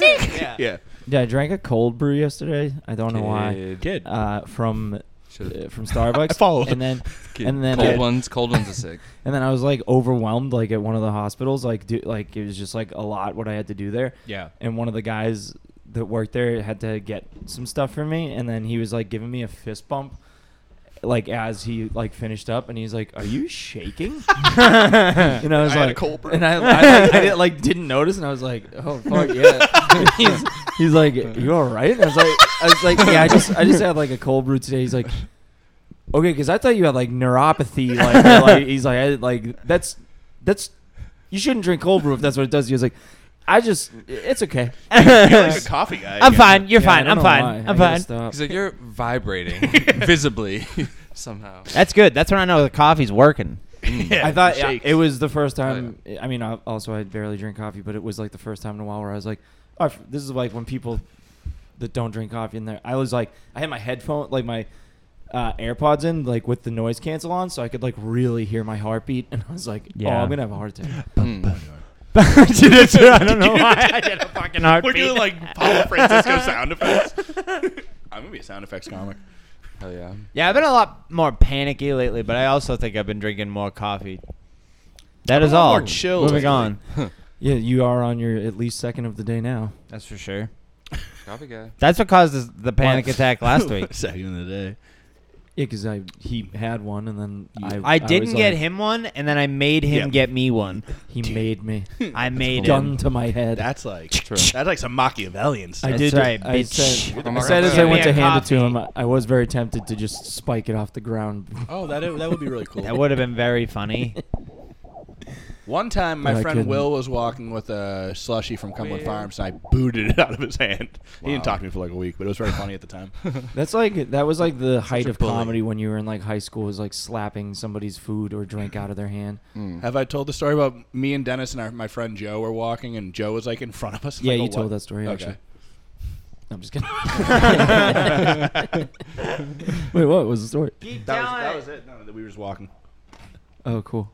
A: yeah.
C: Yeah, I drank a cold brew yesterday. I don't know why.
B: Kid.
A: Kid.
C: Uh, from
B: Should've-
C: uh, from Starbucks.
A: I followed.
C: And then
B: Kid.
C: and then
B: cold
C: I,
B: ones, cold ones are sick.
C: and then I was like overwhelmed, like at one of the hospitals, like do, like it was just like a lot what I had to do there.
A: Yeah.
C: And one of the guys that worked there had to get some stuff for me, and then he was like giving me a fist bump, like as he like finished up, and he's like, "Are you shaking?" and I was
A: I
C: like,
A: had a cold brew.
C: and I, I, like, I did, like didn't notice, and I was like, "Oh fuck yeah!" he's, he's like, "You all right?" And I was like, "I was like, yeah, I just I just had like a cold brew today." He's like, "Okay," because I thought you had like neuropathy. Like, or, like he's like, I, "Like that's that's you shouldn't drink cold brew if that's what it does to you." It's like, I just it's okay.
A: You're like a coffee guy.
D: I'm
A: Yeah.
D: fine. You're
C: Yeah, I
D: fine.
C: don't
D: I'm
C: know
D: fine.
C: why. I
D: I'm
C: gotta
D: fine.
C: stop.
B: He's like, you're vibrating visibly somehow.
D: That's good. That's when I know the coffee's working.
A: Yeah,
C: I thought
A: shakes.
C: it was the first
D: Oh,
C: time. I mean, I, also I barely drink coffee, but it was like the first time in a while where I was like, oh, f- "This is like when people that don't drink coffee in there." I was like, I had my headphone, like my uh, AirPods in, like with the noise cancel on, so I could like really hear my heartbeat, and I was like, "Oh,
D: Yeah.
C: I'm gonna have a heart attack."
B: Mm.
D: Dude, that's- I don't know why I did a fucking heartbeat.
A: We're doing like Paul Francisco sound effects. I'm gonna be a sound effects comic.
B: Hell yeah.
D: yeah, I've been a lot more panicky lately, but I also think I've been drinking more coffee. That is
A: a lot
D: all.
A: more chill
D: Moving
A: lately.
D: on.
C: Yeah, you are on your at least second of the day now.
D: That's for sure.
B: Coffee guy.
D: That's what caused us the panic attack last week.
A: Second of the day.
C: Yeah, because I he had one and then I
D: I didn't
C: was
D: get
C: like,
D: him one, and then I made him
A: Yeah.
D: get me one.
C: He made me
D: I made him.
C: gun to my head.
A: That's like
B: True.
A: that's like some Machiavellian stuff.
C: I
D: That's
C: did.
D: right,
C: I
D: bitch.
C: said,
B: You're
C: I
B: the
C: said as
B: motherfucker.
C: I went to
D: Give me a
C: hand it to him,
D: copy.
C: I was very tempted to just spike it off the ground.
A: Oh, that that would be really cool.
D: That would have been very funny.
A: One time,
C: But
A: my
C: I
A: friend
C: couldn't.
A: Will was walking with a slushy from Cumberland Farms, and I booted it out of his hand. He didn't talk to me for like a week, but it was very funny at the time.
C: That's like that was like the height
A: a
C: of
A: bully.
C: comedy when you were in like high school was like slapping somebody's food or drink out of their hand.
A: Have I told the story about me and Dennis and our, my friend Joe were walking, and Joe was like in front of us?
C: Yeah,
A: like,
C: you
A: oh,
C: told
A: what?
C: that story.
A: Okay.
C: Actually. No, I'm just kidding. Wait, what was the story?
A: That was, that was it. No, that we were just walking.
C: Oh, cool.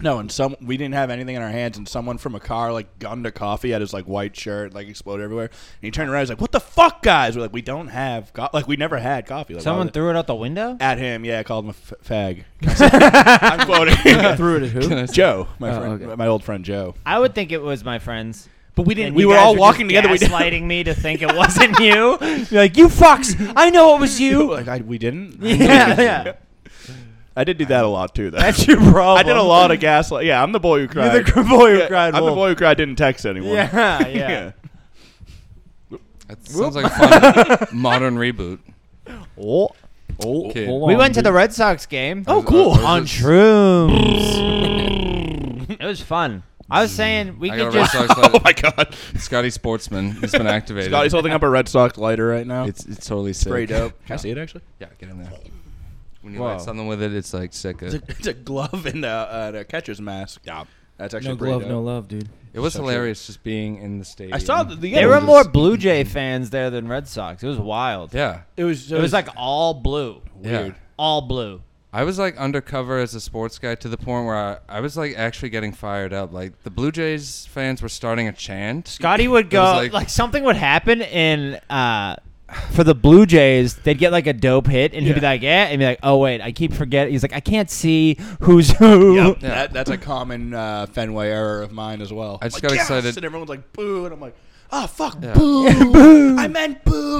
A: No, and some we didn't have anything in our hands, and someone from a car like gunned a coffee at his like white shirt, like exploded everywhere. And he turned around, he's like, "What the fuck, guys?" We're like, "We don't have co- like we never had coffee." Like, why
D: Someone
A: would-
D: threw it out the window.
A: at him. Yeah, I called him a f- fag. I'm quoting
C: Threw it at who?
A: Joe, my
C: Oh,
A: friend,
C: okay.
A: my old friend Joe.
D: I would think it was my friends.
A: But we
D: And
A: We
D: you
A: were
D: guys
A: all
D: just
A: walking together. We didn't.
D: gaslighting me to think it wasn't you. You're like, you fucks! I know it was you.
A: Like I, we didn't.
D: yeah, yeah.
A: I did do that a lot too, though.
D: That's your problem.
A: I did a lot of gaslight. Yeah, I'm the boy who cried.
D: You're the boy who
A: Yeah,
D: cried.
A: I'm the
D: wolf.
A: boy who cried. Didn't text anyone.
D: Yeah, yeah.
B: That sounds like a fun modern reboot.
D: Oh,
C: Oh,
B: Okay.
C: hold
D: we
C: on,
D: went to
C: dude.
D: the Red Sox game.
B: Oh, cool.
D: On shrooms. it was fun. I was saying we
B: I
D: could
B: got a Red
D: just.
B: Sox
A: Oh
B: light.
A: my god,
B: Scotty Sportsman. He's been activated.
A: Scotty's holding up a Red Sox lighter right now.
B: It's it's totally
A: It's
B: sick.
A: pretty dope. Can I see it actually?
B: Yeah, get in there. When you
F: Whoa.
B: light something with it, it's like sick.
A: It's a, it's a glove and a, uh, and a catcher's mask. Yeah, that's actually
C: No
A: pretty
C: glove,
A: dope.
C: no love, dude.
B: It was
A: So true.
B: hilarious just being in the stadium.
A: I saw the, the
D: There were
A: it was-
D: more Blue Jay fans there than Red Sox. It was wild.
B: Yeah.
A: It was.
D: It was like all blue.
B: Yeah.
D: All blue.
B: I was like undercover as a sports guy to the point where I, I was like actually getting fired up. Like the Blue Jays fans were starting a chant.
D: Scotty would go
B: was
D: like,
B: like-
D: something would happen and uh for the Blue Jays, they'd get like a dope hit and he'd be
A: Yeah.
D: like, Yeah and be like, Oh wait, I keep forgetting he's like, I can't see who's who.
A: Yep,
B: Yeah.
A: that, that's a common uh, Fenway error of mine as well.
B: I just
A: Like,
B: got
A: "Yes!"
B: excited.
A: and everyone's like, "Boo!" and I'm like, "Oh fuck,
B: Yeah.
A: boo. boo! I meant boo!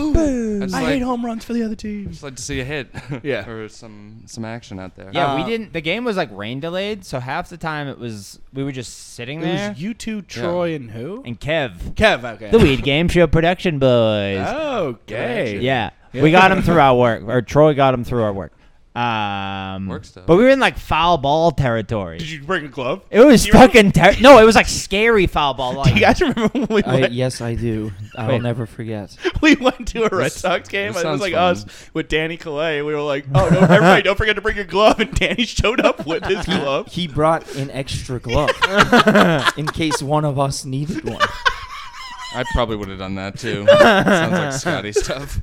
B: I, just
A: I
B: like,
A: hate home runs for the other teams."
B: just like to see a hit.
A: Yeah.
B: or some some action out there.
D: Yeah, we
A: Uh,
D: didn't the game was like rain delayed, so half the time it was we were just sitting
A: It
D: there
A: was you two, Troy, and who?
D: and Kev.
A: Kev. Okay.
D: The Weed Game Show production boys.
A: Okay.
D: Yeah. We got him through our work, or Troy got him through our work. Um,
B: Work stuff.
D: But we were in like foul ball territory.
A: Did you bring a glove?
D: It was fucking ter- no. It was like scary foul ball. Like,
A: You guys remember when we
C: I,
A: went,
C: yes, I do. I will
D: Wait.
C: never forget.
A: we went to a Red Sox game? It
B: this
A: was
B: sounds
A: like
B: fun.
A: us with Danny Calais. We were like, "Oh, no, everybody, don't forget to bring your glove." And Danny showed up with his glove.
C: He brought an extra glove in case one of us needed one.
B: I probably would have done that too. Sounds like Scotty stuff.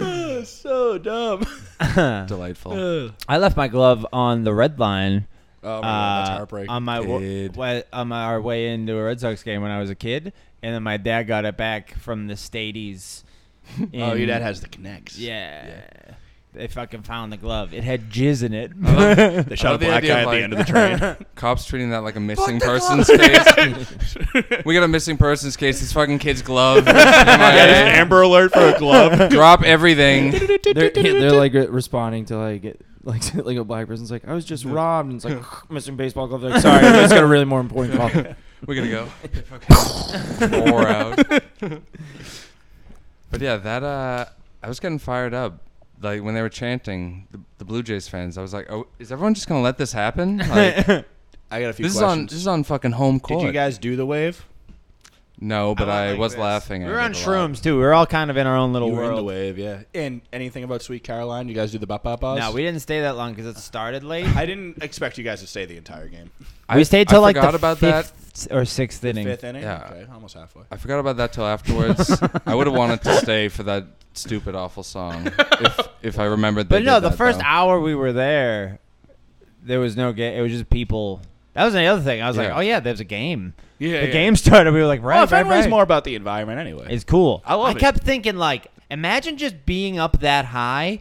A: Oh, so dumb.
B: Delightful.
A: oh
D: I left my glove on the red line.
A: my
B: Oh,
A: god, that's
D: uh,
A: heartbreak.
D: On my wa-
B: Kid.
D: wa- on my, our way into a Red Sox game when I was a kid, and then my dad got it back from the Stadies.
A: oh, your
D: in-
A: dad has the connects.
D: Yeah. They fucking found the glove. It had jizz in it.
A: They
B: I
A: shot a
B: love the
A: black
B: idea
A: guy at
B: of,
A: the
B: like-
A: end of the train.
B: Cops treating that like a missing person's case. we got a missing person's case. This fucking kid's glove.
A: yeah, there's an Amber Alert for a glove.
B: Drop everything.
C: They're, yeah, they're like re- responding to like like like a black person's like I was just robbed and it's like missing baseball glove. They're like sorry, I just got a really more important call.
B: We're gonna go. Fucking Wore out. But yeah, that uh, I was getting fired up. Like when they were chanting the, the Blue Jays fans, I was like, "Oh, is everyone just gonna let this happen?" Like, this
A: I got a few
B: is on
A: questions.
B: this is on fucking home court.
A: Did you guys do the wave?
B: no, but I,
D: like
B: was
D: this.
B: laughing.
D: we
B: at
D: were
B: it
D: on
B: a lot.
D: shrooms too. We were all kind of in our own little
A: You were in the
D: world.
A: wave, yeah. And anything about Sweet Caroline? You guys do the bop bop
D: No, we didn't stay that long because it started late.
A: I didn't expect you guys to stay the entire game.
B: I-
D: we stayed
B: I
D: till like the
B: forgot about that.
D: fifth or sixth inning.
A: Fifth inning.
B: Yeah.
A: Okay, almost halfway.
B: I forgot about that till afterwards. I would have wanted to stay for that stupid awful song if if I remembered. they
D: But no,
B: did
D: the
B: that,
D: first
B: though.
D: hour we were there, there was no game. It was just people. That was the other thing. I was like,
B: Yeah.
D: oh yeah, there's a game.
A: Yeah,
D: the game started. We were like, right,
A: Well,
D: right,
A: Fenway's
D: right.
A: more about the environment anyway.
D: It's cool.
A: I love
D: I
A: it.
D: kept thinking like, imagine just being up that high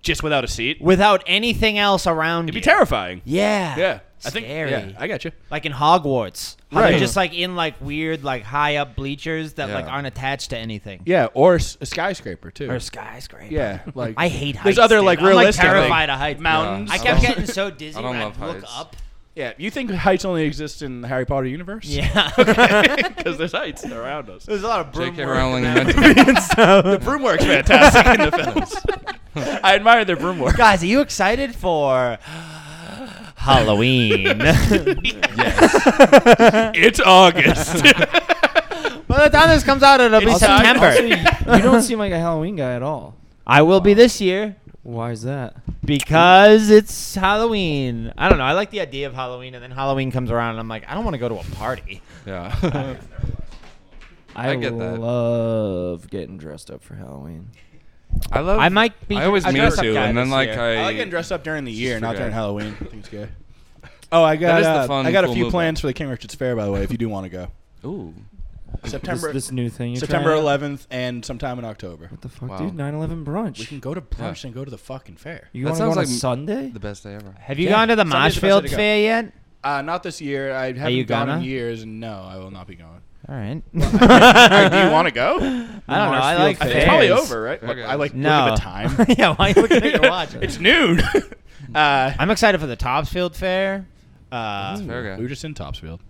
A: Just without a seat,
D: without anything else around
A: it'd
D: you.
A: be terrifying.
D: Yeah.
A: Yeah. I think.
D: Scary.
A: Yeah, I got you.
D: like in Hogwarts. How
A: Right.
D: They're just like in like weird, like high up bleachers that like
B: Yeah.
D: aren't attached to anything.
A: Yeah, or s- a skyscraper too.
D: Or skyscraper.
A: yeah, like
D: I hate heights.
A: There's other
D: dude.
A: like
D: I'm,
A: realistic
D: like,
A: like,
D: terrified of heights.
A: mountains.
D: I
B: I
D: kept
B: don't-
D: getting so dizzy
B: I don't
D: when I
B: love
D: look
B: heights.
D: up.
A: Yeah, you think heights only exist in the Harry Potter universe?
D: Yeah.
A: because there's heights around us.
D: There's a lot of broom
B: J.K.
D: work.
B: Rowling meant to be.
A: The broom works fantastic in the films. I admire their broom work.
D: Guys, are you excited for Halloween?
A: It's August.
D: By the time this comes out, it'll be
A: It's time.
D: September.
C: you don't seem like a Halloween guy at all.
D: I will be this year
C: Why is that?
D: because it's Halloween. I don't know. I like the idea of Halloween, and then Halloween comes around, and I'm like, I don't want to go to a party.
B: yeah.
C: I,
B: I get that.
C: love getting dressed up for Halloween.
B: I love.
D: I might be.
B: I always
D: a
B: mean
D: dress-up
B: to,
D: guy
B: and then
D: this
B: like
D: year.
B: I.
A: I like getting dressed up during the year, not
B: forgot.
A: during Halloween. I think it's good. Oh, I got
B: is the
A: uh,
B: fun,
A: I got a
B: cool
A: few
B: movement.
A: plans for the King Richard's Fair, by the way, if you do want to go.
B: Ooh.
C: This,
A: September
C: this new thing. You're
A: September
C: trying out?
A: 11th and sometime in October.
C: What the fuck,
B: Wow.
C: dude? 9/11
A: We
C: brunch.
A: can go to brunch and go to the fucking fair.
C: You
B: That
C: want to go
B: sounds
C: on
B: like
C: a
B: m-
C: Sunday?
B: The best day ever.
D: Have you
A: Yeah.
D: gone to the
A: Sunday's the best day
D: Moshfield
A: to go.
D: Fair yet?
A: Uh, not this year. I haven't
D: you
A: gone
D: gonna?
A: in years, and no, I will not be going.
D: All right.
A: Alright, do you want to go?
D: I don't know. I like
A: I think
D: fairs.
A: it's probably over, right? Like,
B: Okay.
A: I like
D: No.
A: look at the time.
D: yeah, why are you looking at your watch?
A: it's noon. uh,
D: I'm excited for the Topsfield Fair. Uh,
B: Fair guy.
A: we were just in Topsfield.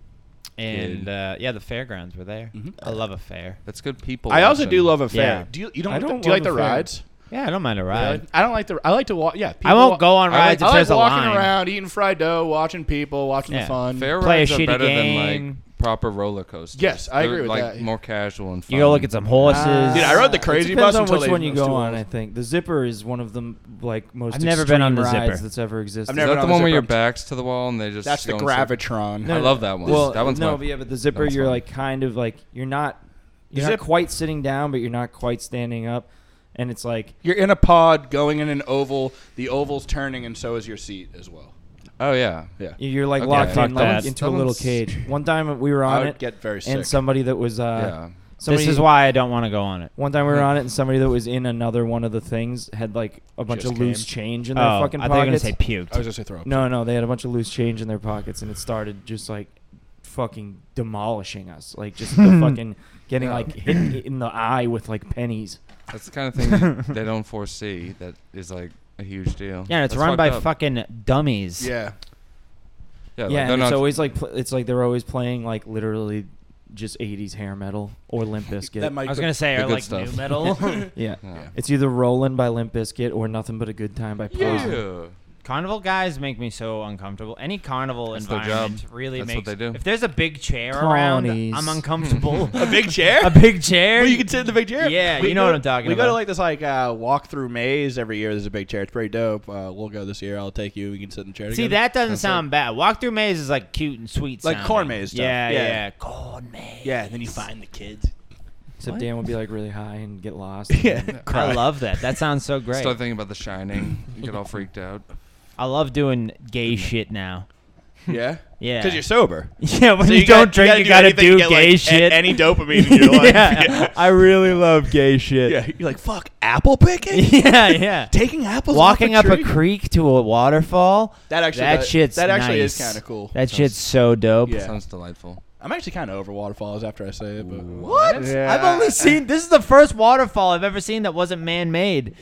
D: and uh, yeah, the fairgrounds were there.
A: Mm-hmm.
D: I love a fair.
B: That's good people.
A: I also do
B: watching.
A: love a fair.
D: Yeah.
A: Do you? You don't?
C: I
A: like the-
C: don't
A: do you like
C: love
A: the
C: a fair.
A: rides?
D: Yeah, I don't mind a
A: Really?
D: ride.
A: I don't like the. I like to walk. Yeah,
D: I won't
A: people
D: go on
B: I like-
D: rides
A: I
D: if
A: like
D: there's a
A: walking
D: line.
A: around, eating fried dough, watching people, watching
D: Yeah.
A: the fun.
B: Fair
D: Play a
B: rides are
D: shitty
B: better than like
D: game.
B: proper roller coasters.
A: Yes, I
B: They're,
A: agree with
B: like,
A: that.
B: More casual and fun.
D: You go look at some horses.
A: Um, Dude, I rode the crazy
C: it depends
A: bus
C: on
A: until
C: which
A: they
C: one you
A: those
C: go
A: two
C: on.
A: ones.
C: I think the zipper is one of the m- like most.
D: I've never been on
C: extreme
D: the
C: rides
D: Zipper.
C: that's ever existed.
A: I've
B: Is
A: never
B: that the
A: on the
B: one where your
A: zipper.
B: back's to the wall and they just
A: That's the
B: go and sit-
A: gravitron.
B: I love that one.
C: Well,
B: that one's
C: no,
B: my-
C: but yeah, but the zipper,
B: one's
C: you're
B: fun.
C: like kind of like you're not, you're
A: The
C: not
A: zip-
C: quite sitting down, but you're not quite standing up, and it's like
A: You're in a pod, going in an oval. The oval's turning, and so is your seat as well.
B: Oh yeah.
A: Yeah.
C: you're like
B: Okay,
C: locked
D: fuck
C: in
D: that.
C: like, into a
B: That
C: little
B: one's-
C: cage. One time we were
A: I
C: on
A: would
C: it,
A: get very sick.
C: and somebody that was uh,
B: yeah.
C: somebody.
D: this is why I don't want to go on it.
C: One time we were on it, and somebody that was in another one of the things had like a bunch
A: Just
C: of loose
A: came.
C: change in
D: oh,
C: their fucking
D: I thought you were gonna
C: pockets.
D: say puked.
A: I was gonna say throw up.
C: No, no, they had a bunch of loose change in their pockets, and it started just like fucking demolishing us, like just the fucking getting like hit in the eye with like pennies.
B: That's the kind of thing they don't foresee. That is like a huge deal.
D: yeah, and it's
B: That's
D: run
B: fucked
D: by
B: up.
D: fucking dummies.
A: Yeah.
B: Yeah, like,
C: Yeah,
B: they're
C: and it's
B: not-
C: always like pl- it's like they're always playing like literally just '80s hair metal or Limp Bizkit.
A: That might.
D: I was gonna say
B: The
D: are
B: good
D: like
B: stuff.
D: new metal.
C: yeah.
B: Yeah.
C: It's either Rollin' by Limp Bizkit or Nothing But a Good Time by Poison.
B: Yeah.
D: carnival guys make me so uncomfortable. Any carnival
B: That's their
D: environment
B: job.
D: really
B: That's
D: makes.
B: what they do.
D: If there's a big chair
C: Connies.
D: around, I'm uncomfortable.
A: a big chair.
D: a big chair.
A: Well, you can sit in the big chair.
D: Yeah, you know
A: go-
D: what I'm talking
A: we go to
D: about.
A: like this like uh, walk through maze every year. There's a big chair. It's pretty dope. Uh, we'll go this year. I'll take you. We can sit in the chair.
D: See,
A: together.
D: that doesn't sound bad. Walk through maze is like cute and sweet.
A: Like
D: sounding.
A: corn maze stuff.
D: Yeah,
A: Yeah.
D: yeah, corn maze.
A: Yeah, and then you find the kids.
C: Except
D: What?
C: Dan would be like really high and get lost.
A: Yeah.
D: I love that. That sounds so great.
B: Start thinking about The Shining. You get all freaked out.
D: I love doing gay shit now.
A: Yeah.
D: Yeah.
A: Because you're sober.
D: Yeah, when
A: So
D: you, don't drink,
A: gotta
D: you gotta
A: anything
D: do,
A: to get,
D: gay
A: like, a-
D: shit.
A: any dopamine in your life.
D: yeah,
A: Yeah.
D: I really love gay shit.
A: Yeah, You're like fuck apple picking.
D: yeah, yeah.
A: Taking apples.
D: Walking
A: off
D: up
A: a
D: a
A: tree?
D: creek to a waterfall.
A: That actually.
D: that,
A: that
D: shit's
A: That actually is
D: nice.
A: kind of cool.
D: That shit's so dope.
A: Yeah.
B: Sounds delightful.
A: I'm actually kind of over waterfalls after I say it. But
D: What?
A: Yeah.
D: I've only seen this is the first waterfall I've ever seen that wasn't man made.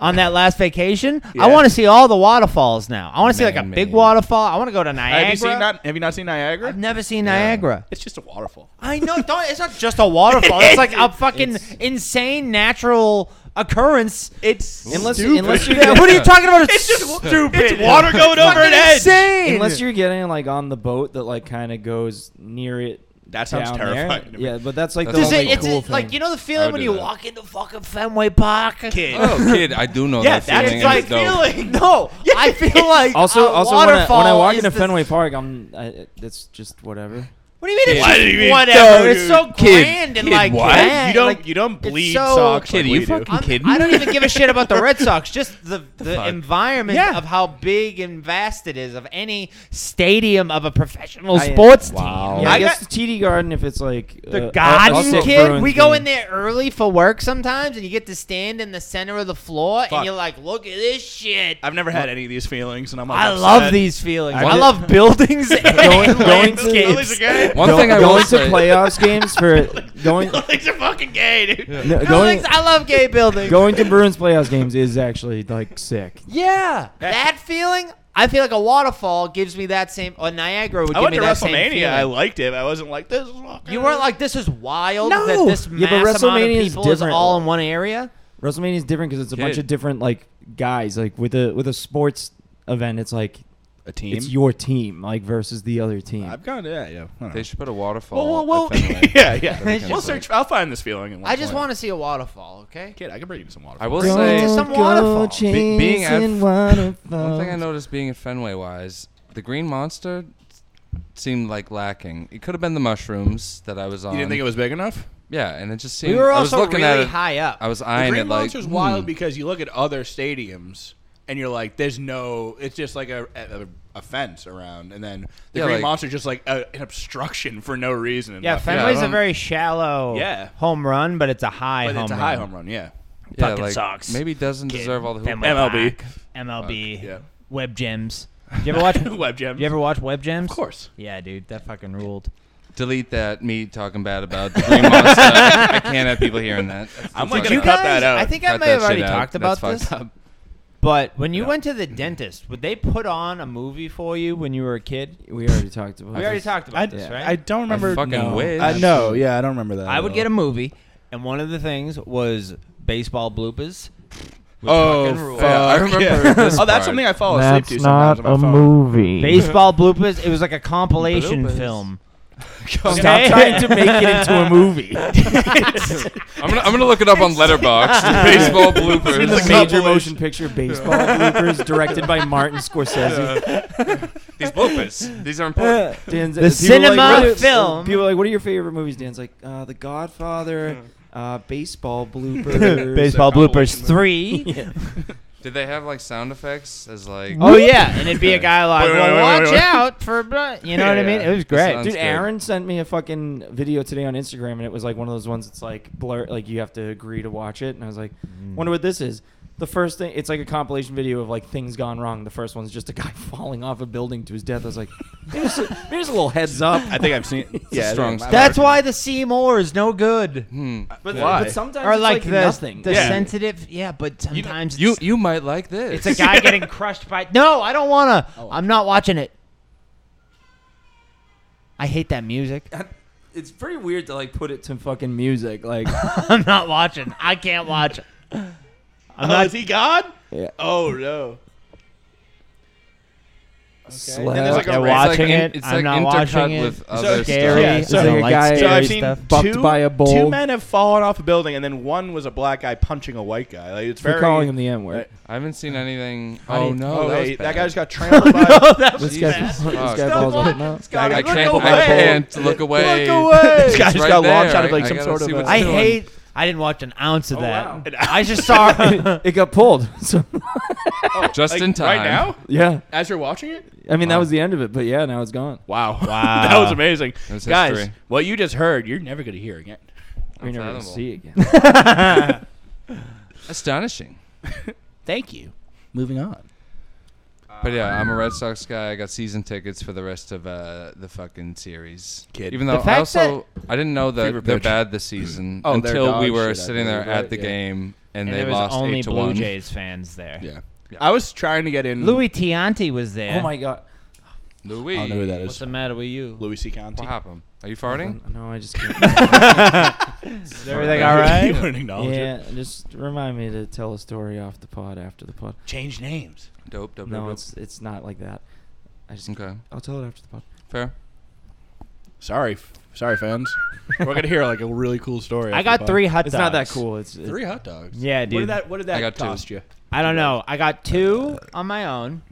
D: On that last vacation,
A: Yeah.
D: I want to see all the waterfalls now. I want to see like a big
B: Man-made.
D: waterfall. I want to go to Niagara.
A: Have you seen not? Have you not seen Niagara?
D: I've never seen Niagara.
A: it's just a waterfall.
D: I know. Don't, it's not just a waterfall. It's like a fucking insane natural occurrence.
A: It's
C: Unless,
A: stupid.
C: unless you
D: Yeah, what are you talking about? It's,
A: stupid. It's water going over an
D: fucking
A: edge.
D: insane.
C: unless you're getting like on the boat that like kind of goes near it.
A: That sounds
C: down
A: terrifying
C: There.
A: to me.
C: Yeah, but that's like
B: That's
C: the
D: Does
B: It's
C: only
D: it- it's
C: cool
D: it-
C: thing.
D: like you know the
B: I
D: feeling
B: would
D: when
B: do
D: you
B: that.
D: walk into fucking Fenway Park. Kid.
B: Oh, kid, I do know
D: Yeah,
B: that feeling. and
D: that's
B: it's dope.
D: like feeling. No, I feel like
C: also,
D: a
C: also when I, when I
D: waterfall
C: walk
D: is
C: into
D: the-
C: Fenway Park, I'm I, it's just whatever.
D: What do you mean? It's
A: What
D: just
A: do you mean?
D: whatever.
A: No,
D: it's so
A: dude. Kid,
D: grand and
A: kid,
D: like
A: what?
D: that.
A: You don't-
D: Like,
A: you don't
D: it's
A: bleed
D: so,
A: socks Kid, like
B: are you we do. fucking
D: I'm-
B: kidding
D: I don't even give a shit about the Red Sox. Just the, the, environment
F: Yeah.
D: of how big and vast it is of any stadium of a professional
C: I- uh,
D: sports team.
C: Yeah, I,
D: I
C: guess
D: got-
C: the TD Garden if it's like
D: the
C: uh,
D: garden,
C: upset
D: kid.
C: Bruins
D: We go
C: game.
D: in there early for work sometimes, and you get to stand in the center of the floor, and you're like, "Look at this shit."
A: I've never had any of these feelings, and I'm like,
D: I
A: upset.
D: love these feelings.
C: I
D: I
C: did-
D: love buildings and
C: going to-
D: landscapes.
B: One
C: Go-
B: thing I will
C: going to
B: say,
C: playoffs games for going
D: Buildings are fucking gay, dude.
C: no, going
D: Buildings, I love gay buildings.
C: going to Bruins playoffs games is actually like sick.
D: Yeah, that feeling. I feel like a waterfall gives me that same. Or Niagara would
A: I
D: give
A: went
D: me
A: to
D: that same feeling.
A: WrestleMania. I liked it. but I wasn't like this. Is fucking-
D: you weren't like this is wild
C: No.
D: that this
C: Yeah,
D: mass
C: but
D: amount of
C: WrestleMania is
D: people is
C: different.
D: all in one area.
C: WrestleMania is different because it's a bunch
B: Kid.
C: of different like guys. Like with a with a sports event, it's like
A: a team.
C: it's your team like versus the other team.
A: I've gone to that. Yeah. I don't
B: they
A: know.
B: should put a
A: Well,
B: waterfall.
A: well, well
B: at Fenway.
A: yeah, yeah.
B: That
A: we'll
B: becomes
A: search. I'll find this feeling. In
D: I just want to see a waterfall. Okay.
A: Kid, I can bring you some water.
B: I will
C: Don't
B: say
D: Just some
C: go
D: waterfall.
C: chasing
B: Be- being at-
C: waterfalls.
B: One
D: Uh,
B: thing I noticed being at Fenway wise, the Green Monster seemed like lacking. It could have been the mushrooms that I was on.
A: You didn't think it was big enough?
B: yeah, and it just seemed.
D: We were
B: I was
D: also
B: looking
D: really
B: at it.
D: high up.
B: I was
A: The
B: eyeing
A: Green
B: it like. hmm,
A: Monster's wild because you look at other stadiums and you're like, there's no. It's just like a, a, a fence around, and then the
B: Yeah,
A: Green
B: like-
A: Monster's just like a, an obstruction for no reason. in
D: Yeah,
A: left
B: Fenway's
D: Fenway's
B: a
D: a
B: don't-
D: very
B: very
D: shallow
A: Yeah.
D: home run, but it's a high
A: field. But
D: home
A: it's a
D: run.
A: high home run. Yeah,
B: yeah,
D: fucking
B: like,
D: sucks.
B: Maybe doesn't
D: Kid,
B: deserve all the hoop.
D: Fenway
A: MLB.
D: Park, MLB.
A: yeah.
D: Web Gems. Did you ever watch? did
A: Web gems.
D: you ever watch Web Gems?
A: Of course.
D: Yeah, dude, that fucking ruled.
B: Delete that. Me talking bad about the Green Monster. I can't have people hearing that. That's-
A: I'm
B: that's
A: like
B: fucked
A: gonna
B: up.
A: cut that out.
D: I think I
B: Cut
D: may
B: that
D: have
B: shit
D: already
B: out.
D: talked about
B: That's
D: this,
B: fucked up.
D: but when you went to the dentist, would they put on a movie for you when you were a kid?
C: we already talked about.
D: We already
C: this.
D: talked about
A: I,
D: this,
C: yeah,
D: right?
A: I don't remember.
B: fucking
A: no.
B: wish.
A: I know. Yeah, I don't remember that.
D: I
A: at
D: would
A: all.
D: get a movie, and one of the things was baseball bloopers.
A: Oh, fuck.
B: Yeah, I remember
A: yeah.
B: this
A: oh, that's
B: part.
A: something I fall asleep
C: That's
A: to sometimes.
C: not
A: on my
C: a
A: phone.
C: movie.
D: Baseball bloopers. It was like a compilation
B: Bloopers.
D: film.
C: Stop
D: Okay.
C: trying to make it into a movie.
B: I'm gonna, I'm gonna look it up on Letterboxd. baseball bloopers.
C: the major motion picture baseball bloopers directed by Martin Scorsese.
B: These bloopers. These are important.
C: Dan's,
D: The
C: people are like,
D: cinema
C: "What are-
D: film."
C: People are like, what are your favorite movies? Dan's like, uh, The Godfather, uh, baseball bloopers.
D: baseball bloopers
A: compilation movie.
D: three.
B: Did they have like sound effects as like?
D: Oh yeah, and it'd be a guy like,
A: Wait, wait,
D: well,
A: wait, wait,
D: watch
A: wait.
D: out for, blah. you know what I
A: Yeah,
D: mean?
A: yeah.
D: It was great.
B: sounds-
C: Dude,
B: good.
C: Aaron sent me a fucking video today on Instagram, and it was like one of those ones that's like blur, like you have to agree to watch it. And I was like,
A: Mm.
C: wonder what this is. The first thing, it's like a compilation video of like things gone wrong. The first one's just a guy falling off a building to his death. I was like, here's a, here's a little heads up.
A: I think I've seen.
B: a
A: Yeah, I
B: strong
A: think-
B: start.
D: That's why the Seymour is no good.
B: Hmm.
C: But,
A: Why?
C: but sometimes
D: Or
C: it's like,
D: like, the,
C: nothing.
D: the
A: Yeah.
D: sensitive. Yeah, but sometimes
B: You
D: it's,
B: you might like this.
D: it's a guy getting crushed by. No, I don't wanna.
C: Oh.
D: I'm not watching it. I hate that music.
C: it's pretty weird to like put it to fucking music. Like,
D: I'm not watching. I can't watch. it. I'm
A: Oh,
D: not.
A: is he God?
C: Yeah.
A: Oh no.
C: slap.
A: there's like a
D: They're
A: race.
D: watching
B: in-
D: it.
B: it's like
D: I'm not
B: intercut
D: watching it.
B: with
D: It's
B: other
D: scary.
B: stuff.
A: Yeah,
D: It's
A: so
D: like
C: like
D: a
C: a
D: light
C: guy-
A: So
D: scary
A: I've seen
D: stuff.
C: Bucked
A: two,
C: by a
A: Two
C: bull.
A: men have fallen off a building, and then one was a black guy punching a white guy. Like, it's
C: We're
A: very.
C: calling him the N word.
B: I haven't seen anything. Oh no,
A: oh,
B: that,
A: that,
B: was
A: that,
B: bad.
A: guy just got trampled by.
C: This guy,
B: Jesus
C: this
B: fuck.
C: guy falls off now.
B: I,
A: I
B: can't.
A: look
B: I
A: away.
B: can't look away.
A: Look away. This guy just
B: It's right
A: got
B: there.
A: launched out of
B: I-
A: like
B: I
A: some
B: gotta
A: sort of.
B: see
A: a-
B: what's
D: I
B: doing.
D: hate. I didn't watch an ounce of that.
C: wow.
D: I just saw.
C: it got pulled. So
B: Just in time.
A: Right now,
C: yeah,
A: as you're watching it.
C: I mean that was the end of it. But yeah, now it's gone.
A: Wow. Wow. that was amazing.
B: was
A: Guys,
B: history.
A: what you just heard, you're never going to hear again.
C: We're never gonna
B: Unfathomable.
C: see it again.
B: Astonishing.
A: Thank you. Moving on.
B: But yeah, I'm a Red Sox guy. I got season tickets for the rest of uh, the fucking series.
A: Kid.
B: Even though
D: The
B: I
D: fact
B: also I didn't know that they're
A: Favorite pitch.
B: bad this season
A: Oh, they're
B: until we
A: dog
B: were
A: shit, I
B: sitting there
A: believe,
B: at
A: right?
B: the
A: Yeah.
B: game and,
D: and
B: they
D: there was
B: lost
D: only
B: eight to
D: Blue
B: one.
D: Jays fans there.
A: Yeah. I was trying to get in.
D: Louis Tianti was there.
C: Oh my god.
B: Louis,
A: I don't know who that
D: What's
A: is.
D: the matter with you?
A: Louis C. Conti.
B: what happened? Are you farting?
C: No, I just can't.
D: Is everything all
B: all
A: you
D: right?
A: wouldn't acknowledge it.
C: yeah. Just remind me to tell a story off the pod after the pod.
A: Change names.
B: Dope, dope,
C: No,
B: dope,
C: it's it's not like that. I just
B: dope. Okay,
C: I'll tell it after the pod.
B: fair.
A: Sorry. f- Sorry, fans. we're going to hear like a really cool story.
D: I
A: after
D: got
A: the
D: three hot dogs.
C: It's not that cool. It's
A: pod. Three hot dogs.
D: Yeah,
A: What
D: dude.
A: did that, what did
B: I
A: that
B: got two.
A: cost you?
D: I don't know. I got two on my own,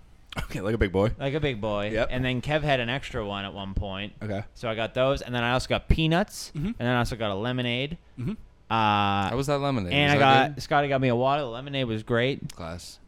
A: Okay, like a big boy.
D: like a big boy.
A: Yep.
D: And then Kev had an extra one at one point.
A: Okay.
D: So I got those, and then I also got peanuts, and then I also got a lemonade.
A: Mhm.
D: Uh,
B: How was that lemonade?
D: and I
B: Was that
D: got
B: good?
D: Scotty got me a water. The lemonade was great.
B: class.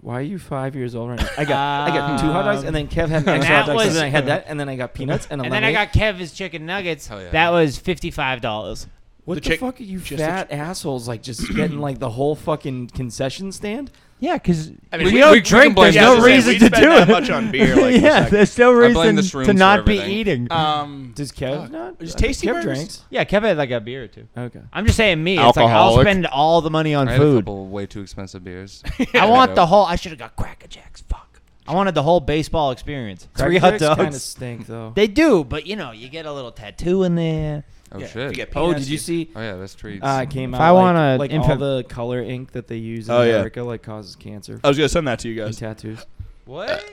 C: Why are you five years old right now? I got I got two hot dogs, and then Kev had an extra
D: that
C: hot dog, so
D: was-
C: then I had that, and then I got peanuts and a
D: Um, And then I
C: lemonade.
D: got Kev's chicken nuggets.
B: Hell yeah.
D: That was fifty five dollars.
C: what
A: the
C: the,
A: chick-
C: fuck are you
A: just the
C: fat assholes like just getting like the whole fucking concession stand?
F: Yeah, because
A: I
B: We- we can blame
F: There's no
B: this.
F: reason
A: we
F: to
A: spend
F: do
A: that
F: it.
A: much on beer. Like,
F: yeah,
A: yeah.
F: there's no
B: I blame
F: reason
B: this room
F: to
B: for
F: not be
B: everything.
F: eating.
A: Um,
C: Does Kev not?
A: Does
C: uh,
A: Tasty
C: Kev
A: Burgers-
C: drinks.
D: Yeah, Kev had like a beer or two.
C: Okay.
D: I'm just saying, me. It's like
A: Alcoholic.
D: I'll spend all the money on
B: I had a
D: food.
B: couple way too expensive beers.
D: I want the whole. I should have got Cracker Jacks. Fuck. I wanted the whole baseball experience. Three hot
C: Kind of
D: dogs.
C: stink though.
D: They do, but you know, you get a little tattoo in there.
B: Oh
A: yeah,
B: shit.
A: you get
C: oh,
A: peanuts,
C: did you see?
B: oh yeah, that's treats.
C: Uh, it came
D: If
C: out.
D: I
C: like-
D: wanna
C: like,
D: infa-
C: all the color ink that they use in
A: Oh, yeah. Oh,
C: America like causes cancer
A: I was gonna send that to you
C: and
A: guys.
C: tattoos.
D: What?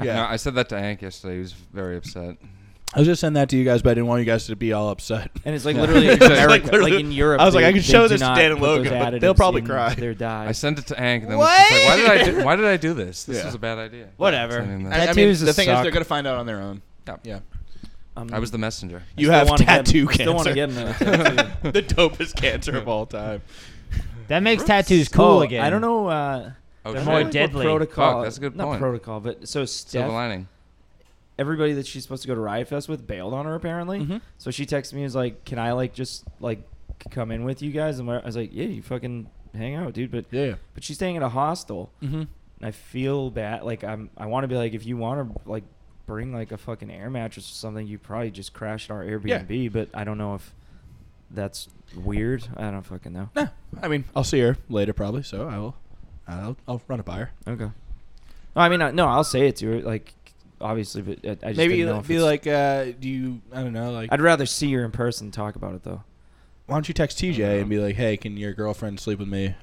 A: Yeah.
B: No, I said that to Hank yesterday. He was very upset.
A: I was gonna send that to you guys, but I didn't want you guys to be all upset.
C: And it's like literally in
A: It's like
C: America, like,
A: literally-
C: in Europe.
A: I was like,
C: they-
A: I can
C: they
A: show
C: do
A: this to
C: not
A: Dan and
C: put those
A: Logan, but
C: additives
A: they'll probably
C: in
A: cry.
C: Their diet.
B: I sent it to Hank, and then was just like, "Why did I? Do, why did I do this? This
A: Yeah.
B: was a bad idea."
D: Whatever.
B: Sending that.
A: I- I mean,
C: Tattoos
A: the thing is,
C: suck.
A: they're gonna find out on their own.
B: Yeah.
A: Yeah.
C: Um,
B: I was the messenger.
A: You
C: still
A: have
C: wanna get-
A: tattoo
C: I Still want to
A: cancer.
C: get him a tattoo.
A: the dopest cancer of all time.
D: That makes tattoos cool
C: Oh,
D: again.
C: I don't know.
B: Oh,
C: Uh, I
B: shit.
C: don't
D: more
C: know what
D: deadly.
C: protocol.
B: Fuck, that's a good
C: not
B: point.
C: protocol, but so Steph,
B: Silver lining.
C: everybody that she's supposed to go to Riot Fest with bailed on her apparently.
D: Mm-hmm.
C: So she texted me and was like, "Can I like just like c- come in with you guys?" And where- I was like, "Yeah, you fucking hang out, dude." But
A: Yeah.
C: but she's staying at a hostel,
A: Mm-hmm.
C: and I feel bad. Like I'm, I want to be like, if you want to like bring like a fucking air mattress or something, you probably just crash at our Airbnb. But I don't know if that's weird. I don't fucking know.
A: Nah, I mean, I'll see her later probably, so I will. I'll, I'll run it by her.
C: Okay. No, I mean, I, no, I'll say it to her. Like, obviously, but I, I just
A: Maybe
C: didn't know
A: it'll
C: if
A: be
C: it's-
A: like, uh, do you? I don't know. Like,
C: I'd rather see her in person and talk about it though.
A: why don't you text TJ and be like, "Hey, can your girlfriend sleep with me?"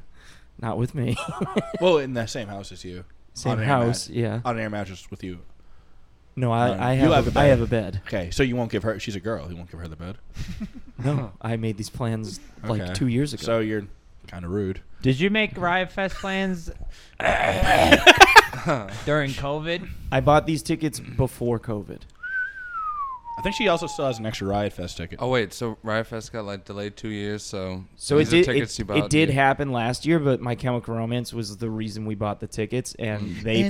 C: Not with me.
A: well, in the same house as you,
C: Same
A: an air
C: house.
A: mat-
C: Yeah.
A: on an air mattress with you.
C: No, I,
A: Um,
C: I
A: you
C: have,
A: have
C: a,
A: a
C: I
A: bed.
C: have a bed.
A: Okay, so you won't give her. She's a girl. You won't give her the bed.
C: No, I made these plans like
A: Okay.
C: two years ago.
A: So you're kind of rude.
D: Did you make Riot Fest plans during COVID?
C: I bought these tickets before COVID.
A: I think she also still has an extra Riot Fest ticket.
B: Oh wait, so Riot Fest got like delayed two years, so
C: So
B: these
C: it did.
B: Are tickets
C: It,
B: you bought,
C: it did
B: dude.
C: happen last year, but My Chemical Romance was the reason we bought the tickets,
B: Mm.
C: and they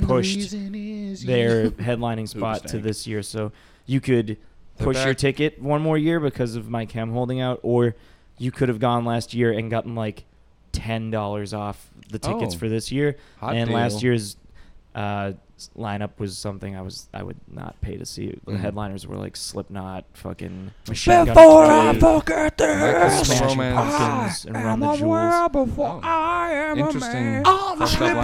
C: pushed their headlining spot to
A: stank.
C: this year. So you could
B: They're
C: push your
B: back.
C: ticket one more year because of my chem holding out, or you could have gone last year and gotten like ten dollars off the tickets
B: Oh.
C: for this year.
B: Hot
C: and last
B: deal.
C: year's uh, s- lineup was something I was I would not pay to see. The
B: Mhm.
C: headliners were like Slipknot, fucking Machine Gun Kelly,
E: forget
B: Michael
C: Smashing
B: Romance.
C: Pumpkins, and Run the Jewels.
E: before
B: Oh. I
E: am
B: Interesting.
E: Oh,
B: First up line.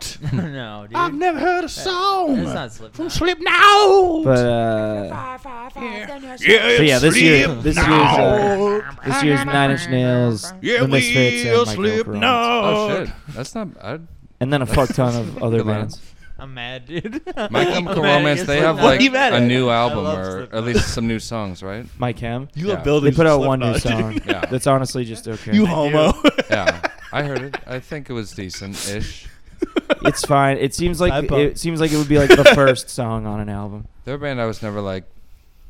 A: Slipknot.
D: no, dude.
A: I've never heard a song
D: That's not
A: from
D: Slipknot.
A: Slipknot.
C: But uh,
A: yeah,
C: so yeah, this year, this year's uh,
A: Slipknot.
C: this year's Nine Inch Nails,
A: Yeah,
C: The Misfits,
A: we'll
C: and My Chemical Romance,
B: Oh shit, that's not. I,
C: and then a fuck ton of other
B: Good lineup.
C: bands.
D: I'm mad, dude.
B: My
D: I'm
B: Chemical
D: mad at
B: Romance.
D: you,
B: They
D: Slipknot.
B: have like
A: you mad
B: a
A: at?
B: new album
D: love
B: or
D: Slipknot.
B: at least some new songs, right?
C: My Chem,
A: You
B: Yeah.
A: love buildings.
C: they put
A: with
C: out one new
A: Slipknot.
C: song
B: Yeah.
C: that's honestly just okay.
A: you homo.
B: Yeah, I heard it. I think it was decent-ish.
C: it's fine. It seems
D: I
C: like
D: bump.
C: it seems like it would be like the first song on an album.
B: They're a band I was never like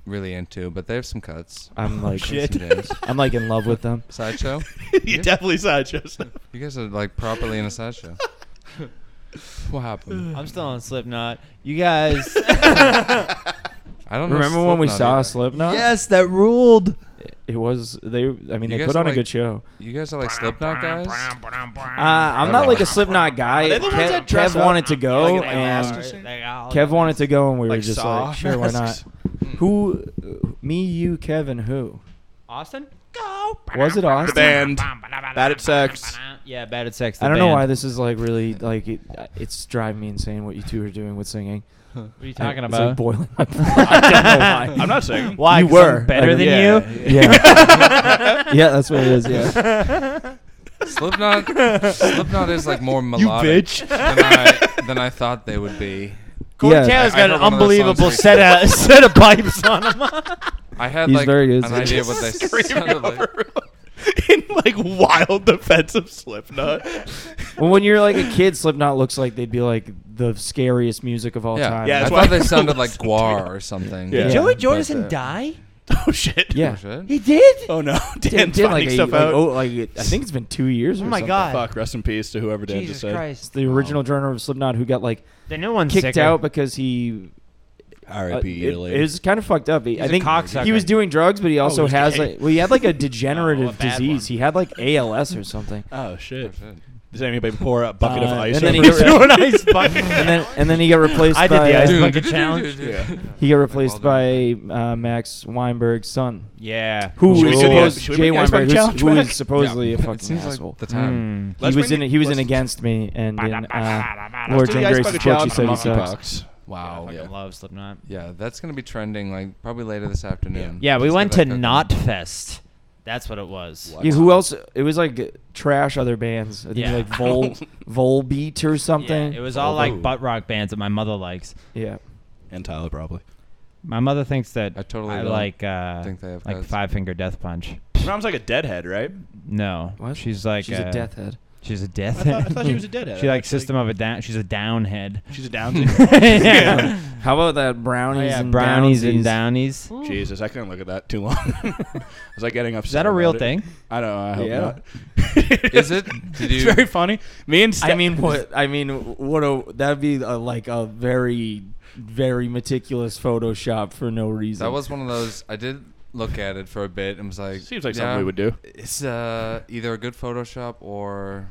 B: really into, but they have some cuts.
C: I'm like
B: Some jams.
C: I'm like in love with them.
B: Sideshow.
A: you definitely saw Joseph.
B: You guys are like properly in a sideshow. what happened?
A: Uh,
D: I'm still on Slipknot. You guys.
B: I don't know
C: Remember when we saw
B: either.
C: Slipknot?
D: yes, that ruled.
C: It was they. I mean,
B: You
C: they
B: guys
C: put on
B: are
C: a
B: like-
C: good show.
B: You guys are like Slipknot guys.
C: Uh, I'm not like a Slipknot guy.
A: they the ones
C: Kev,
A: that dress
C: Kev
A: up
C: wanted to go,
A: like an
C: and
A: ostrich?
D: Kev
C: Kev wanted to go, and we were
A: Like
C: just
A: Saw
C: like, sure, why not?
A: masks? Hmm.
C: Who? Me, you, Kevin, who?
D: Austin.
C: Was it Austin?
A: band. Bad at sex.
D: Yeah, bad at sex.
C: I don't know why this is like really like it, it's driving me insane what you two are doing with singing.
D: What are you talking
C: It's,
D: about?
C: like boiling my blood. I don't know why.
A: I'm not saying.
D: why?
C: You
D: 'Cause I'm
C: were.
D: better
C: Like,
D: than
A: yeah.
D: you.
C: Yeah. yeah, that's what it is. Yeah.
B: Slipknot, Slipknot is like more melodic than I than I thought they would be.
D: Corey
C: Yeah.
D: Taylor's
B: I- I heard
D: got an
B: one of those
D: unbelievable
B: songs
D: set of set of pipes on him.
B: I had
C: He's
B: like
C: very good.
B: an idea what they sounded like.
A: in like wild defensive Slipknot.
C: Well, when you're like a kid, Slipknot looks like they'd be like the scariest music of all
B: yeah.
C: time.
B: I
A: that's why
B: thought
A: I
B: they
A: don't
B: sounded like
A: listen to
B: guar
A: it.
B: or something.
A: Yeah.
D: Did
C: Yeah,
D: Joey
B: but,
D: Jordison
B: uh,
D: die?
A: Oh shit.
C: yeah.
B: shit.
D: He did.
A: Oh no.
C: It
A: Dan's
C: did
A: finding
C: like, a,
A: stuff
C: like,
A: out.
C: oh, like it- I think it's been two years.
D: Oh
C: or
D: my
C: something.
D: god.
A: Fuck. Rest in peace to whoever Dan just
D: Jesus
A: said.
C: It's
D: Christ.
C: the original drummer of Slipknot who got like
D: The new one's
C: kicked
D: sicker.
C: out because he uh,
A: R.I.P.
C: it,
A: Italy.
C: it was kind of fucked up. He-
D: He's
C: I
D: a
C: think
D: cocksucker.
C: he was doing drugs, but he also
A: he's
C: has
A: gay.
C: like well, he had like a degenerative
D: Oh, a bad
C: disease.
D: one.
C: He had like ALS or something.
A: oh shit.
B: shit.
A: Does anybody pour a bucket of
C: Uh,
A: ice?
C: and then he
A: over his
C: got-
A: head?
D: an ice bucket.
C: And then and then he got replaced.
D: I did
C: by,
D: the
C: uh,
D: ice
B: Dude,
D: bucket
B: dude, dude,
D: challenge.
B: dude, dude.
C: He got
B: Like
C: replaced
B: all
C: by uh, Max Weinberg's son,
D: Yeah.
C: who
A: Should we do
C: was
A: the-
C: supposed
A: should we
C: Jay
A: make Ice Bucket
C: Weinberg, who's,
A: Challenge
C: who
A: back?
C: was supposedly
B: Yeah.
C: a
B: It
C: fucking
B: seems like
C: asshole. Hmm.
B: the time.
C: He
D: Mm.
A: Let's
C: was
A: bring
C: in. He was in
A: let's-
C: against me, and in, uh, Lord
A: let's do the
C: Jane
A: Ice
C: Grace's
A: Bucket
C: quote, she
A: Challenge
C: said he
A: for
C: sucks.
A: monkeypox.
B: Wow. Oh,
D: I
B: Yeah.
D: fucking love Slipknot.
B: Yeah, that's gonna be trending like probably later this afternoon.
D: Yeah, we
B: Let's
D: went to
B: get that cooking.
D: Knot Fest. That's what it was.
A: What?
C: Yeah, who else? It was like trash other bands. I think
D: Yeah.
C: like Vol Volbeat or something.
D: Yeah, it was all
B: Oh.
D: like butt rock bands that my mother likes.
C: Yeah.
A: And Tyler probably.
D: My mother thinks that
B: I totally don't
D: like uh,
B: think they have
D: like
B: codes.
D: Five Finger Death Punch.
A: Mom's like a deadhead, right?
D: No,
C: What?
D: she's like
C: She's
D: uh,
C: a death head.
D: She's a death.
A: I thought, I thought she was a deadhead.
D: she
A: I
D: like
A: actually-
D: System of a Down. She's a downhead.
A: She's a down.
D: yeah.
C: How about that brownies
D: Oh, yeah,
C: and
D: brownies and
C: downsies?
D: downies.
A: Jesus, I couldn't look at that too long. I was like getting upset.
D: Is that a real
A: about it.
D: thing?
A: I don't know. I hope
C: Yeah.
A: not.
B: Is it? Did
A: It's
B: you-
A: very funny. Me and Ste-
C: I mean, what? I mean, what? A, that'd be a, like a very, very meticulous Photoshop for no reason.
B: That was one of those. I did look at it for a bit and was like,
A: Seems like
B: yeah,
A: something we would do.
B: It's uh, either a good Photoshop or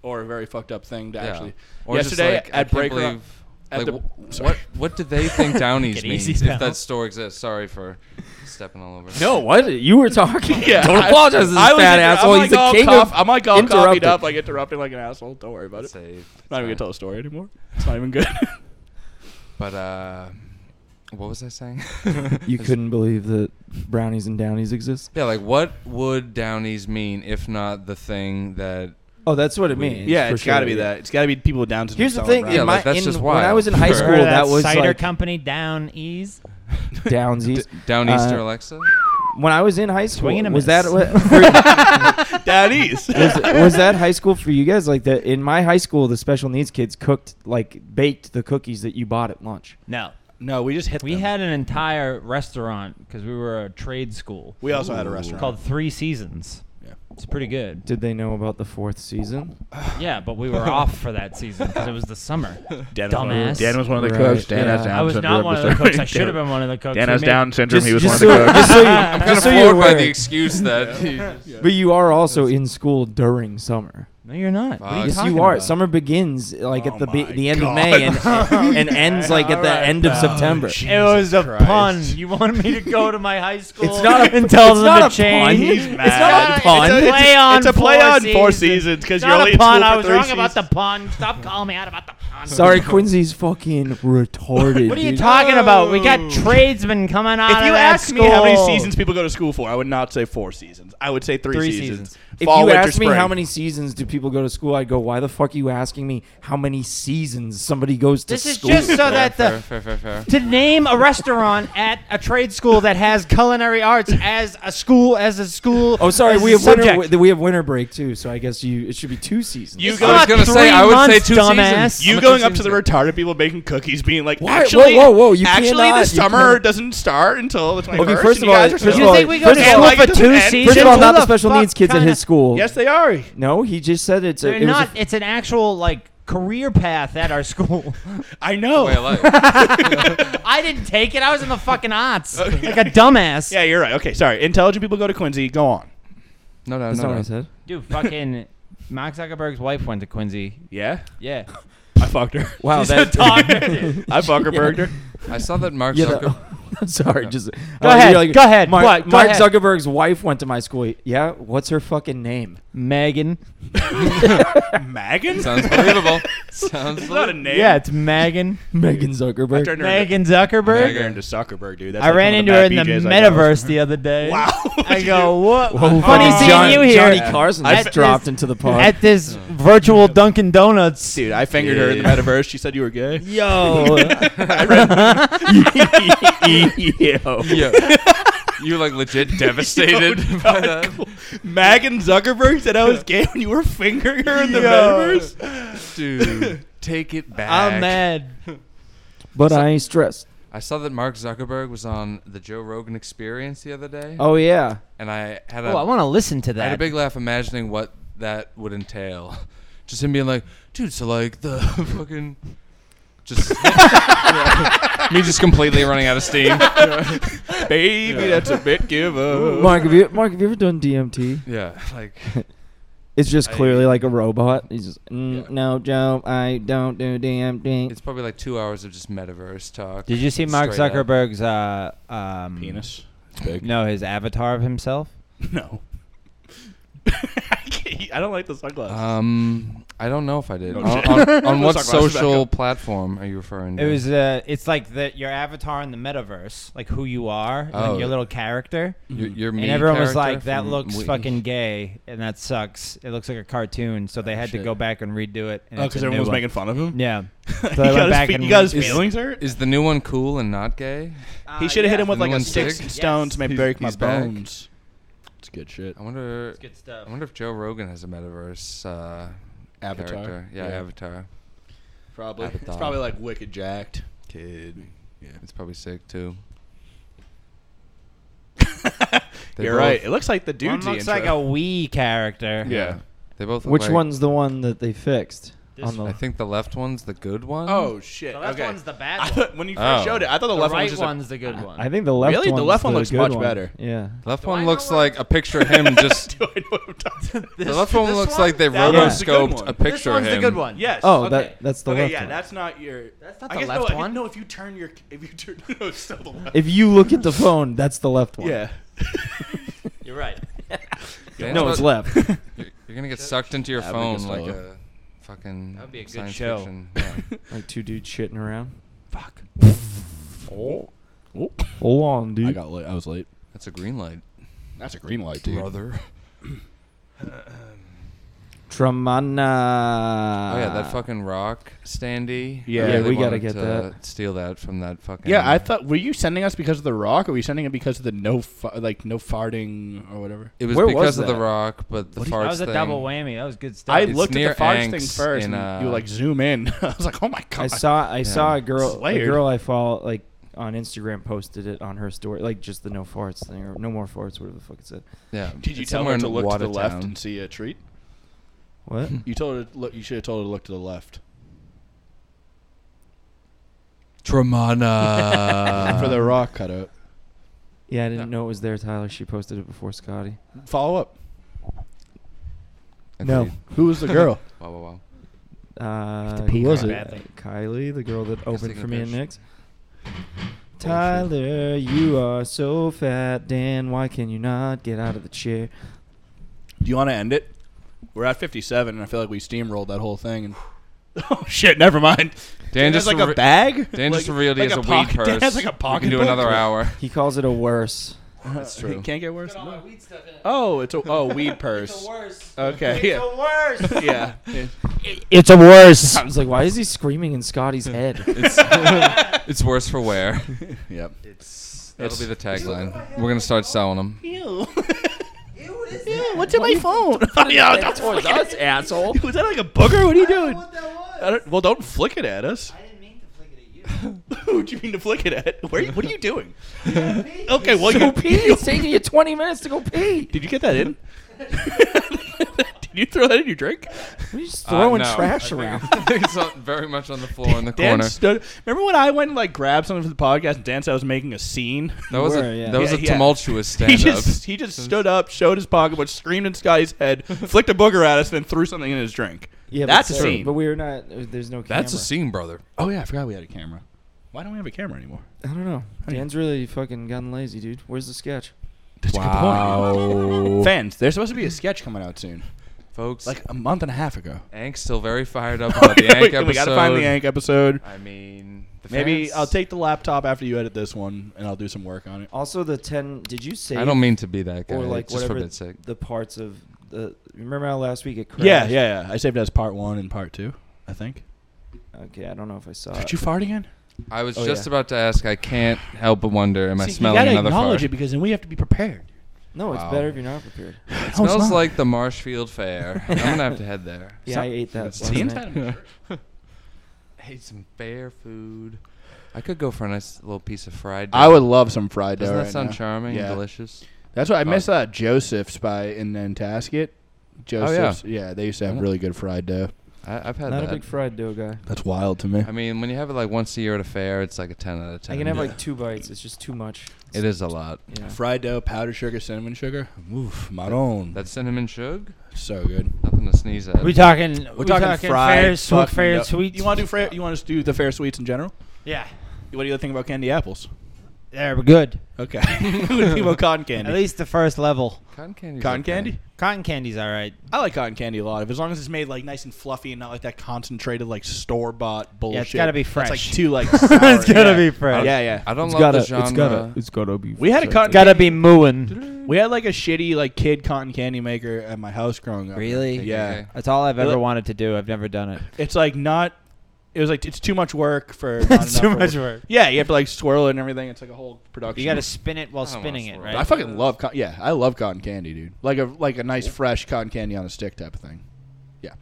A: Or a very fucked up thing to
B: yeah.
A: actually.
B: Or just
A: Yesterday
B: like, I
A: at
B: can't
A: Breaker-
B: believe-
A: at
B: like,
A: the-
B: wh-
A: sorry.
B: what what do they think Downey's
D: Take it
B: means
D: easy,
B: if
D: pal.
B: that store exists? Sorry for stepping all over.
C: no. Oh, What you were talking?
A: Yeah,
C: Don't
A: I-
C: apologize, to this
A: I was
C: fat
A: in-
C: asshole.
A: I'm like oh,
C: He's the
A: all
C: king
A: cough-
C: of.
A: I'm like all copied
C: interrupted.
A: up, like interrupting like an asshole. Don't worry about it.
B: Save.
A: not even gonna
B: Sorry.
A: tell a story anymore. It's not even good.
B: But uh, what was I saying?
C: You couldn't believe that brownies and downies exist.
B: yeah, like what would Downey's mean if not the thing that?
C: Oh, that's what it means.
A: yeah,
C: for
A: it's gotta be
C: sure.
A: that. It's gotta be people down to
C: Here's the thing.
B: Yeah, like,
C: in my-
B: that's
C: in-
B: just
C: when I
B: wild.
C: was in high
B: Or
C: school,
D: Remember
C: that was
D: cider
C: like
D: company down ease.
C: downsies.
B: Downeaster
C: Uh,
B: Alexa.
C: When I was in high school,
D: Swing and a
C: was
D: miss.
C: that what?
A: down east.
C: was, was that high school for you guys? Like the in my high school, the special needs kids cooked like baked the cookies that you bought at lunch.
D: No,
A: no, we just hit.
D: we
A: them.
D: had an entire restaurant because we were a trade school
A: We also had a restaurant
D: called Three Seasons.
A: Yeah.
D: It's pretty good.
C: Did they know about the fourth season?
D: Yeah, but we were off for that season because it was the summer.
A: Dan
D: Dumbass.
A: Dan was one of the
C: Right,
A: cooks. Dan
C: yeah.
A: has Down
D: I was not
A: syndrome.
D: one of the cooks. I should have been one of the cooks.
A: Dan
D: We
A: has
D: made-
A: Down syndrome. He was one of
C: just,
A: the
C: so,
A: cooks.
C: just so you,
B: I'm kind
C: just
B: of
C: so you're
B: floored by
C: aware.
B: the excuse that.
C: but you are also in school during summer.
D: No, you're not. What are
B: Fuck.
D: you
B: Yes,
C: Yes,
D: talking
C: you are.
D: about?
C: Summer begins like
A: Oh
C: at the be-
A: my
C: the end
A: God.
C: of May and, and ends like at the
D: Alright,
C: end of
D: pal.
C: September.
D: It was a pun. You wanted me to go to my high school.
C: It's not a-
D: and tell
C: it's
D: them
C: not
D: to
C: a
D: change.
C: pun. He's
A: It's
C: mad. not a pun.
D: It's a play on.
A: It's a play
D: four
A: on four
D: seasons.
A: seasons because
D: It's
A: you're
D: not
A: only
D: a pun.
A: in
D: I
A: school
D: was
A: for three
D: wrong
A: seasons.
D: about the pun. Stop calling me out about the pun.
C: Sorry, Quincy's fucking retarded.
D: What are you
C: dude.
D: talking about? We got tradesmen coming out of
A: If you
D: that
A: asked me how many
D: school.
A: seasons people go to school for, I would not say four seasons. I would say three,
D: Three
A: seasons.
D: seasons.
C: If
A: Fall,
C: you
A: winter,
C: asked me how
A: spring.
C: many seasons do people go to school, I'd go, why the fuck are you asking me how many seasons somebody goes to
D: This is
C: school?
D: just so that
B: fair,
D: the
B: fair, fair, fair.
D: to name a restaurant at a trade school that has culinary arts as a school as a school.
C: oh, sorry,
D: as
C: we
D: a
C: have
D: subject.
C: winter. We have winter break too, so I guess you it should be two seasons.
A: You
D: It's
A: go-
B: I was
D: not
B: gonna
D: three
B: say I would say
D: months,
B: two
D: dumbass.
B: seasons.
A: You
B: How many
A: going up to
B: seasons
A: the
B: is it?
A: retarded people making cookies, being like,
C: Why-
A: actually,
C: whoa, whoa, whoa, you
A: actually,
C: cannot-
A: the
C: you
A: summer
C: cannot-
A: doesn't start until the 21st.
C: Okay, first
A: and
C: of
A: you
C: all,
A: guys are
C: first
A: still-
C: of all,
D: think we go
C: first
D: to
C: of
D: school
C: all,
A: like,
D: for
A: doesn't
D: two
A: end.
D: seasons?
C: first of all,
D: Who
C: not the
D: the
C: special
D: fuck
C: needs kids in
D: kinda-
C: his school.
A: yes, they are.
C: No, he just said it's.
D: They're
C: it was a-
D: not. it's an actual like career path at our school.
A: I know.
B: Way of life.
D: I didn't take it. I was in the fucking arts, like a dumbass.
A: yeah, you're right. Okay, sorry. Intelligent people go to Quincy. Go on.
B: No, no,
C: that's
B: no.
C: not what I
B: no.
C: said.
D: Dude, fucking Mark Zuckerberg's wife went to Quincy.
A: Yeah,
D: Yeah,
A: I fucked her.
C: Wow,
D: She's a
C: that.
D: dog. Go
A: I fucker burged her.
B: I saw that Mark
C: Yeah,
B: Zucker.
C: I'm sorry,
B: Yeah.
C: just go
D: ahead. go ahead.
C: Mark,
D: what? Go
C: Mark
D: ahead.
C: Zuckerberg's wife went to my school. Yeah, what's her fucking name?
D: Megan.
A: Megan?
B: Sounds believable. Sounds
A: It's not a
B: believable.
A: name.
D: Yeah, it's Megan.
C: Megan
A: I
C: Zuckerberg.
A: turned her into,
D: Megan
A: I
D: Zuckerberg.
A: turned her into Zuckerberg, dude. That's
D: I
A: like
D: ran
A: one of
D: into her in
A: bad
D: the
A: BJs I got.
D: metaverse the other day.
A: Wow.
D: I go, what?
C: Whoa,
D: Funny
C: fucking
D: seeing
C: John-
D: you here.
C: Johnny Carson
D: At
C: just dropped
D: this-
C: into the pod.
D: at this virtual Dunkin' Donuts.
A: Dude, I fingered her in the metaverse. She said you were gay.
C: Oh,
D: Yo,
A: Yo.
B: Yeah. You like legit devastated by that.
A: Megan Zuckerberg said I was gay when you were fingering her in the
D: Yo.
A: metaverse.
B: Dude. Take it back.
D: I'm mad.
C: But I ain't stressed.
B: I saw that Mark Zuckerberg was on the Joe Rogan Experience the other day,
C: Oh yeah.
B: and I had a
D: Oh, I want to listen to
B: I had a
D: that.
B: big laugh imagining what that would entail. Just him being like, dude, so like the fucking. Just. Me just completely running out of steam.
A: Baby, that's a bit giver.
C: Mark, have you Mark, have you ever done DMT?
B: Yeah, like.
C: It's just
B: I-
C: clearly like a robot. He's just mm,
B: Yeah.
C: no, Joe, I don't do DMT.
B: It's probably like two hours of just metaverse talk.
D: Did you see Mark
B: Straight up.
D: Zuckerberg's uh, um,
A: Penis. It's big.
D: No, his avatar of himself.
A: No. I don't like the sunglasses.
B: Um, I don't know if I did.
A: No,
B: on
A: shit.
B: on, on what
A: Let's talk about this back
B: social
A: up.
B: platform are you referring to?
D: It was uh, it's like the your avatar in the metaverse, like who you are,
B: Oh.
D: like your little character.
B: your, your me
D: and everyone was
B: character
D: like, "That
B: from
D: looks
B: Wii."
D: fucking gay, and that sucks. It looks like a cartoon." So they had
B: Oh,
D: to
B: shit.
D: go back and redo it. and
A: Oh,
D: it's
A: because
D: a new
A: everyone was
D: one.
A: making fun of him.
D: Yeah. So
A: he
D: they went
A: got his,
D: back
A: fe-
D: and
A: he got his
D: re-
A: feelings hurt.
B: Is the new one cool and not gay?
A: he should have hit him with
B: The
A: like
B: new
A: a
B: one's
A: six
B: sick?
A: stone stones to make break my
B: He's back.
A: bones. It's good shit.
B: I wonder.
D: Good stuff.
B: I wonder if Joe Rogan has a metaverse uh,
A: Avatar.
B: Character. Yeah,
A: Yeah.
B: Avatar.
A: Probably. It's
B: Avatar.
A: probably like wicked jacked. Kid.
B: It's probably sick too. They
A: You're
B: both-
A: right. It looks like the
D: One
A: dude's
D: looks like a Wii character.
A: yeah.
B: They both. Look
C: Which
B: like-
C: one's the one that they fixed?
D: This
C: on the
B: I think the left one's the good one.
A: Oh shit.
D: The left
A: okay.
D: one's the bad
A: I
D: one.
A: thought when you first
B: Oh.
A: showed it, I thought the,
D: The
A: left one was
D: right
A: just
D: one's the good one.
C: I think the left.
A: Really? The
C: one's
A: left one looks
C: good
A: much
C: one.
A: better.
C: Yeah.
B: Left
D: I
B: one
D: know
B: looks
D: what-
B: like a picture of him just.
A: A, I know what I'm talking about.
B: the left one
D: this
B: looks
D: one?
B: like they
D: That one's
A: the good
B: rotoscoped
A: one.
B: a
A: This
B: picture
D: This one's
B: of him.
D: the good one.
A: Yes.
C: Oh,
A: okay.
C: that that's the
A: okay,
C: left
A: yeah,
C: one.
A: that's not your. That's
D: not
A: I
D: the
A: guess,
D: left
A: no, I guess-
D: one.
A: No, if you turn your, if you turn, no, it's still the left.
C: If you look at the phone, that's the left one.
A: yeah.
D: You're right.
B: Dan's
C: No, it's
B: about-
C: left.
B: You're, you're gonna get sucked into your
A: That would be
B: phone
A: good
B: like
A: solo.
B: a fucking.
D: That would be a good
B: science
D: show.
B: Fiction. Yeah.
C: like two dudes shitting around.
A: Fuck.
C: Hold on, dude.
A: Oh. I got late. I was late.
B: That's a green light,
A: That's a green light, dude.
B: brother.
C: Tremana.
B: Oh yeah, that fucking rock standee.
A: Yeah.
B: I
A: Yeah,
C: Ah. we gotta
B: wanted
C: get
B: to
C: that.
B: Steal that from that fucking.
A: Yeah, I thought. Were you sending us because of the rock, or were you sending it because of the no, fa- like no farting or whatever?
B: It was
C: Where was
B: because of the
C: that?
B: rock, but the farts
D: That was a
B: thing.
D: double whammy. That was good stuff.
A: I
B: It's
A: looked at
B: near
A: the farts thing
B: Anx
A: first,
B: in,
A: and you
B: uh,
A: like zoom in. I was like, oh my god.
C: I saw. I saw a girl.
A: Slayer.
C: A girl I follow, like on Instagram, posted it on her story, like just the no farts thing or no more farts, whatever the fuck it said.
B: Yeah.
A: Did you
B: It's
A: tell
B: somewhere
A: her to
B: in
A: look to the left
B: Watertown.
A: and see a treat?
C: What?
A: You told her. To look, you should have told her to look to the left
B: Tremana. Uh,
A: for the rock cutout.
C: yeah, I didn't know it was there, Tyler. She posted it before Scotty.
A: Follow up.
C: No.
B: Agreed.
A: Who was the girl?
B: Wow, wow, wow.
C: Uh,
A: pee Who was
D: kinda it? badly.
C: Kylie, the girl that opened
B: taking
C: for
B: a
C: me and
B: piss.
C: Nick's. Tyler, you are so fat, Dan. Why can you not get out of the chair?
A: Do you want to end it? We're at 57, and I feel like we steamrolled that whole thing. And oh shit, never mind.
B: Dan
A: has
B: just
A: like
B: re-
A: a bag.
B: Dan just
A: Like-
B: revealed he
A: like
B: has a,
A: pocket-
B: weed purse.
A: Dan has like a
B: We
A: pocket.
B: can do another hour.
C: He calls it a worse.
A: That's
B: true.
A: It Uh, can't get worse. than that. Oh, it's a oh weed purse.
D: worse.
A: Okay, yeah.
D: worse.
A: yeah.
D: It's a worse.
C: I was like, why is he screaming in Scotty's head?
B: It's, it's worse for wear.
A: Yep.
B: It's that'll be the tagline. We're gonna start selling them.
A: What's in my phone? oh, yeah, that's towards us, asshole. Was that like a booger? What are you doing? I don't- well, don't flick it at us.
D: I didn't mean to flick it
A: Who do you mean to flick it at? Where? What are you doing? okay, well, you,
C: it's taking you 20 minutes to go pee.
A: did you get that in? did you throw that in your drink?
C: We're just
B: Uh,
C: throwing
B: no.
C: trash around.
B: it's not very much on the floor in the
A: Dan
B: corner.
A: stood. Remember when I went and like grabbed something for the podcast and Dan said I was making a scene?
B: That was
C: were,
B: a
C: yeah.
B: that was
A: Yeah,
B: a
A: yeah.
B: tumultuous
A: he
B: stand up.
A: just he just stood up, showed his pocketbook, screamed in Scotty's head, flicked a booger at us, then threw something in his drink.
C: Yeah,
A: that's
C: but,
A: a
C: so-
A: scene.
C: But we're not. uh, There's no camera.
B: That's a scene, brother.
A: Oh yeah, I forgot we had a camera. Why don't we have a camera anymore?
C: I don't know. Dan's really fucking gotten lazy, dude. Where's the sketch?
A: That's a good point. Fans, there's supposed to be a sketch coming out soon,
B: folks.
A: like a month and a half ago.
B: Ank's still very fired up about the Ank
A: we,
B: episode.
A: we gotta find the Oh, Yank episode.
B: I mean, the
A: Maybe
B: fans-
A: I'll take the laptop after you edit this one, and I'll do some work on it.
C: Also, the 10. Did you say?
B: I don't mean to be that guy.
C: or like
B: just for
C: whatever Oh,
B: bit's sake.
C: the parts of the. Remember how last week it crashed?
A: Yeah, yeah, yeah. I saved it as part one and part two. I think.
C: Okay, I don't know if I saw.
A: Did
C: it.
A: you fart again?
B: I was
C: Oh,
B: just
C: yeah.
B: about to ask. I can't help but wonder. Am I smelling
A: you gotta
B: another
A: acknowledge
B: fart?
A: it because then we have to be prepared.
C: No, it's
B: Wow.
C: better if you're not prepared.
B: It
A: No, it's
B: smells
A: not.
B: like the Marshfield Fair. I'm gonna have to head there.
C: Yeah, I ate that.
A: It's
C: last
A: the
C: night.
A: inside of my shirt.
B: ate some fair food. I could go for a nice little piece of fried. Dough.
A: I would love some fried dough.
B: Doesn't that
A: right
B: sound
A: now.
B: charming
A: Yeah.
B: and delicious?
A: That's
B: Oh.
A: why I miss uh, Joseph's by in Nantasket. Joseph's, yeah. they used to have really good fried dough.
B: I, I've had
C: Not a
B: that.
C: big fried dough guy.
A: That's wild to me.
B: I mean, when you have it like once a year at a fair, it's like a ten out of ten.
C: I can have
B: Yeah.
C: like two bites. It's just too much.
B: it is a lot.
C: Yeah.
A: Fried dough, powdered sugar, cinnamon sugar. Oof, my own.
B: That cinnamon sugar,
A: so good.
B: nothing to sneeze at.
D: We talking? We're fair, sweet,
A: fucking
D: fair,
A: dough.
D: sweet.
A: You want to do fair? You want us to do the fair sweets in general?
D: Yeah,
A: What do you think about candy apples?
D: they're good.
A: Okay. what about cotton candy?
D: At least the first level.
B: cotton candy.
A: cotton candy?
D: Cotton candy's all right.
A: I like cotton candy a lot. If as long as it's made like nice and fluffy and not like that concentrated like store bought bullshit.
D: gotta be
A: That's, like
D: fresh.
A: too like. sour.
D: It's gotta
A: Yeah.
D: be fresh.
A: Yeah, yeah.
B: I don't
C: It's
B: love
C: gotta,
B: the genre.
C: it's gotta, it's gotta be.
A: We had a cotton.
D: Gotta be
A: candy-
D: mooing.
A: We had like a shitty like kid cotton candy maker at my house growing up.
D: Really?
A: Yeah.
D: That's all I've ever
A: Look-
D: wanted to do. I've never done it.
A: It's like not. It was like it's too much work for. Not
D: It's too
A: enough
D: much work.
A: Yeah, you have to like swirl it and everything. It's like a whole production.
D: You got to spin it while
B: I don't wanna
D: spinning it,
B: swirl.
D: right?
A: I fucking love. Con- yeah, I love cotton candy, dude. Like a like a nice fresh cotton candy on a stick type of thing. Yeah.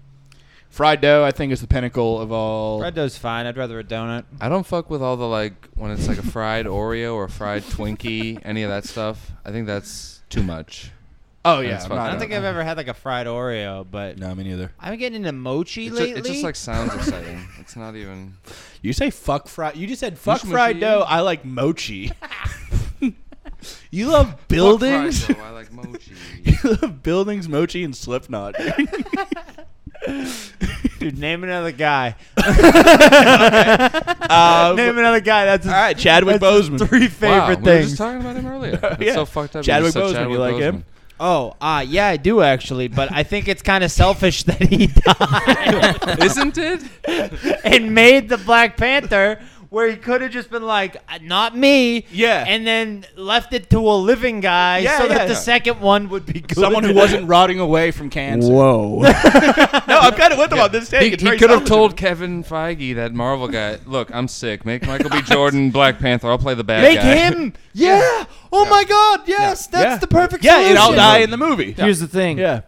A: Fried dough, I think, is the pinnacle of all.
D: Red dough's fine. I'd rather a donut.
B: I don't fuck with all the like when it's like a fried Oreo or a fried Twinkie, any of that stuff. I think that's too much.
A: oh yeah,
B: That's
A: I'm
B: fine.
A: not-
D: I don't think I've ever had like a fried Oreo, but
A: No, me neither.
D: I've been getting into mochi
B: It ju-
D: lately.
B: it just like sounds exciting. It's not even.
A: You say fuck fried. You just said fuck
B: Mochi.
A: fried dough. I like mochi. you love buildings.
B: Fuck fries, though, I like mochi.
A: you love buildings, mochi, and Slipknot.
D: dude, name another guy. Uh,
A: Um,
D: name another guy. That's his
A: all right, Chadwick Boseman.
D: three
B: wow,
D: favorite
B: we were just
D: things.
B: talking about him earlier. It's
A: Yeah.
B: so fucked up.
A: Chadwick
B: You just
A: Boseman,
B: said
A: you like him?
D: Oh, ah, yeah, I do actually, but I think it's kind of selfish that he died
B: Isn't it?
D: and made the Black Panther. Where he could have just been like, "Uh, not me,
A: Yeah.
D: and then left it to a living guy,
A: Yeah,
D: so
A: yeah,
D: that the
A: yeah.
D: second one would be good.
A: Someone who wasn't rotting away from cancer.
C: Whoa.
A: No, I'm kind of with him on this take.
B: He,
A: It's very
B: could
A: selfish.
B: have told Kevin Feige, that Marvel guy, look, I'm sick. Make Michael B. Jordan Black Panther. I'll play the bad
D: Make
B: guy.
D: him. Yeah. Oh my God. Yes, that's
A: Yeah.
D: the perfect.
A: Yeah, it all
D: solution.
A: die in the movie.
C: Here's the thing.
A: Yeah.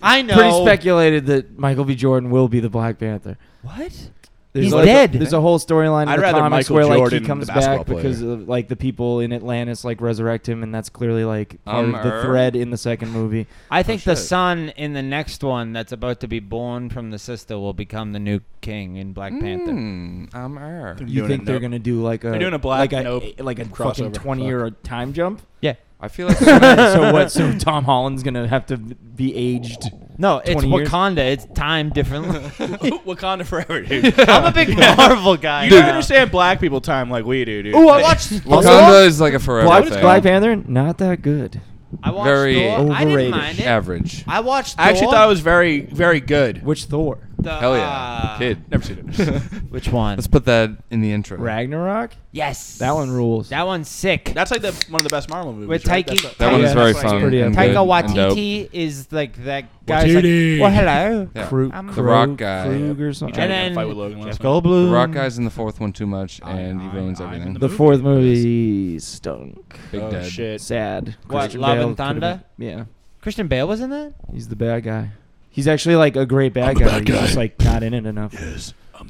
D: I know.
C: Pretty speculated that Michael B. Jordan will be the Black Panther.
D: What?
C: There's
D: He's
C: like a-
D: dead.
C: there's a whole storyline in
A: I'd
C: the
A: rather
C: comics
A: Michael
C: where like
A: Jordan,
C: he
A: the
C: comes
A: basketball
C: back because
A: player.
C: of like the people in Atlantis like resurrect him, and that's clearly like part of the
B: Ummer.
C: thread in the second movie.
D: I think
A: Oh,
D: the
B: shit.
D: son in the next one that's about to be born from the sister will become the new king in Black Panther.
B: Hmm, I'm er.
C: You think they're gonna do like a
A: They're doing a black
C: like a
A: nope
C: like a fucking
A: crossover.
C: twenty year time jump?
D: Yeah.
B: I feel like
C: so what? So Tom Holland's gonna have to be aged.
D: No, it's
C: 20 years?
D: Wakanda. It's time differently.
A: Wakanda forever, dude.
D: I'm a big Marvel guy.
A: You
D: now.
A: don't understand black people time like we do, dude.
D: Ooh, I watched.
B: Wakanda is like a forever
C: Black,
B: thing.
C: Black Panther, not that good.
D: I watched
B: Very
D: Thor. I didn't
C: overrated.
D: mind it.
B: Average.
D: I watched.
A: I actually
D: Thor,
A: thought it was very, very good.
C: Which Thor?
D: the,
B: Hell yeah,
D: uh,
B: kid.
A: Ah. Never seen it.
D: Which one?
B: Let's put that in the intro.
C: Ragnarok?
D: Yes.
C: That one rules.
D: That one's sick.
A: That's like the one of the best Marvel movies.
D: With
A: right?
D: Taiki-
A: That's what-
B: That one
C: Oh, Yeah,
B: is very
C: that's
B: fun.
C: pretty
B: and
C: good.
D: Taika
B: and dope.
D: Waititi is like that guy.
A: Waititi.
D: Like, well, hello.
B: Yeah.
C: Cru-
D: I'm-
B: The Rock guy.
C: Krug or something.
A: Trying to get in a
D: And then-
A: fight with Logan last night.
B: The
D: Goldblum.
B: Rock guy's in the fourth one too much, and he
A: I-
B: ruins
A: I'm in
B: everything.
A: the
C: the
A: movie.
C: fourth movie stunk.
B: Big
A: oh,
B: Dad.
A: shit.
C: Sad.
D: What,
C: Christian
D: Love
C: Bale
D: and
C: could've
D: Thunder?
C: been- yeah,
D: Christian Bale was in that.
C: he's the bad guy. He's actually like a great bad guy. He's just like not in it enough.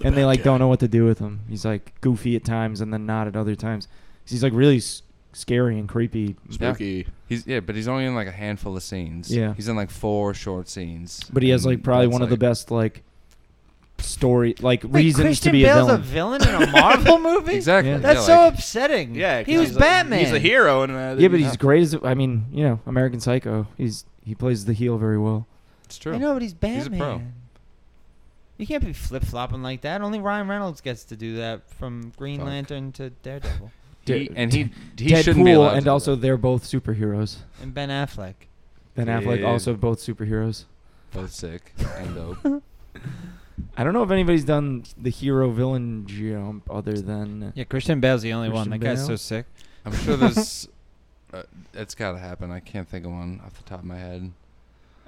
C: and they like don't know what to do with him. He's like goofy at times and then not at other times. He's like really s- scary and creepy.
A: Spooky.
B: He's yeah, but he's only in like a handful of scenes.
C: Yeah.
B: he's in like four short scenes.
C: But he has
B: and
C: like probably
B: Mm, that's,
C: one of the
B: like-
C: best like story like
D: Wait,
C: reasons to
D: Christian
C: be
D: Bale's
C: a villain.
D: in a Marvel movie.
B: Exactly.
C: Yeah.
D: That's
B: yeah,
D: so
B: like,
D: upsetting.
A: Yeah, 'cause
D: he was
A: he's like-
D: Batman.
A: he's the hero, and uh,
C: yeah, but he's great as I mean, you know, American Psycho. He's he plays the heel very well.
B: It's
D: I
B: true.
D: know, but he's Batman.
B: He's a pro.
D: You can't be flip flopping like that. Only Ryan Reynolds gets to do that from Green
B: Fuck.
D: Lantern to Daredevil
B: He, and he he shouldn't be allowed.
C: Deadpool
B: to
C: and
B: do
C: also
B: that.
C: they're both superheroes.
D: and Ben Affleck.
C: Ben Affleck
B: Dude.
C: also both superheroes.
B: both sick and dope.
C: I don't know if anybody's done the hero villain jump other than
D: Yeah, Christian Bale's the only one.
C: Christian
D: That guy's so
C: Bale?
D: sick.
B: I'm sure there's. Uh, it's gotta happen. I can't think of one off the top of my head.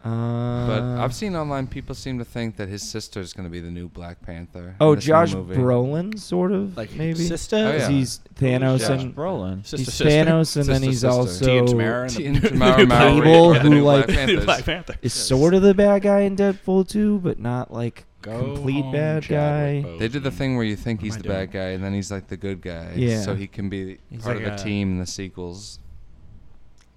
C: uh,
B: But I've seen online people seem to think that his sister's gonna be the new Black Panther. in
C: Oh,
B: this new
C: Josh
B: movie.
C: Brolin sort of
A: Like,
C: maybe.
A: sister?
B: Oh,
C: 'Cause
B: yeah.
C: he's Thanos
A: Josh
C: and
D: Brolin.
A: Sister,
C: he's
A: sister.
C: Thanos, and then
B: Sister,
C: he's
B: sister.
C: also
A: Dean Tamara and the-
B: Teen Tamara Mowry
C: Cable
B: are the
C: who,
B: new
C: like-
B: Black Panthers.
A: Black Panther.
C: is sort of the bad guy in Deadpool too, but not like
A: Go
D: Complete
A: home,
D: bad
A: Chadwick
D: guy.
A: Boseman.
B: They did the thing where you think he's
D: I
B: the
D: doing?
B: bad guy, and then he's like the good guy.
D: Yeah.
B: So he can be
D: He's
B: part
D: like
B: of
D: a-
B: the team in the sequels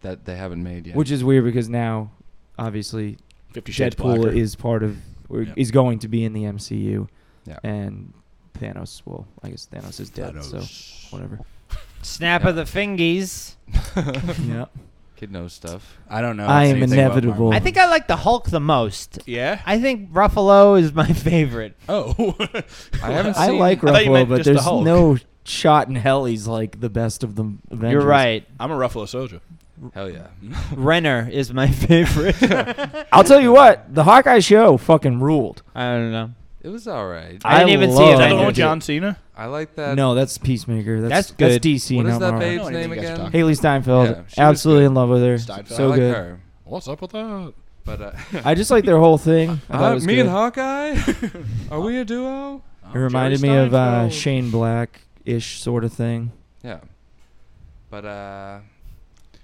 B: that they haven't made yet.
C: Which is weird because now, obviously,
A: Fifty Shades
C: Deadpool
A: Blacker.
C: is part of or
A: Yeah.
C: is going to be in the MCU,
B: Yeah.
C: and Thanos. Well, I guess Thanos is dead, so
A: Thanos.
C: whatever.
D: Snap
B: Yeah.
D: of the fingies.
C: yeah,
B: Kid knows stuff.
A: I don't know.
C: I am
A: anything about
C: inevitable.
A: Marvel.
D: I think I like the Hulk the most.
A: Yeah.
D: I think Ruffalo is my favorite.
A: Oh.
B: I haven't
C: I
B: seen.
C: like
A: I thought you
C: Ruffalo,
A: meant
C: but
A: just the
C: there's
A: Hulk.
C: no shot in hell he's like the best of the Avengers.
D: You're right.
A: I'm a Ruffalo soldier.
B: Hell yeah.
A: Hmm?
D: Renner is my favorite.
C: I'll tell you what, the Hawkeye show fucking ruled.
D: I don't know.
B: It was all right.
D: I didn't
C: I
D: even see
C: love-
D: it.
C: Is that
D: I
C: the one
D: knew
C: with
D: it.
A: John Cena.
B: I like that.
C: no, that's Peacemaker. That's
D: That's good.
C: DC.
B: What is
C: not
B: that
C: Marvel.
B: babe's
A: I don't know anything
B: name
A: you guys are
B: again?
C: Haley Steinfeld,
B: Yeah, she was
C: absolutely in love with her.
A: Steinfeld.
B: I
C: So
B: like
C: good.
B: her.
A: What's up with that?
B: But uh,
C: I just like their whole thing. I thought it
B: uh,
C: was
B: me
C: good.
B: and Hawkeye, are we a duo?
D: Um,
C: It reminded me of uh, Shane Black ish sort of thing.
B: Yeah. But uh,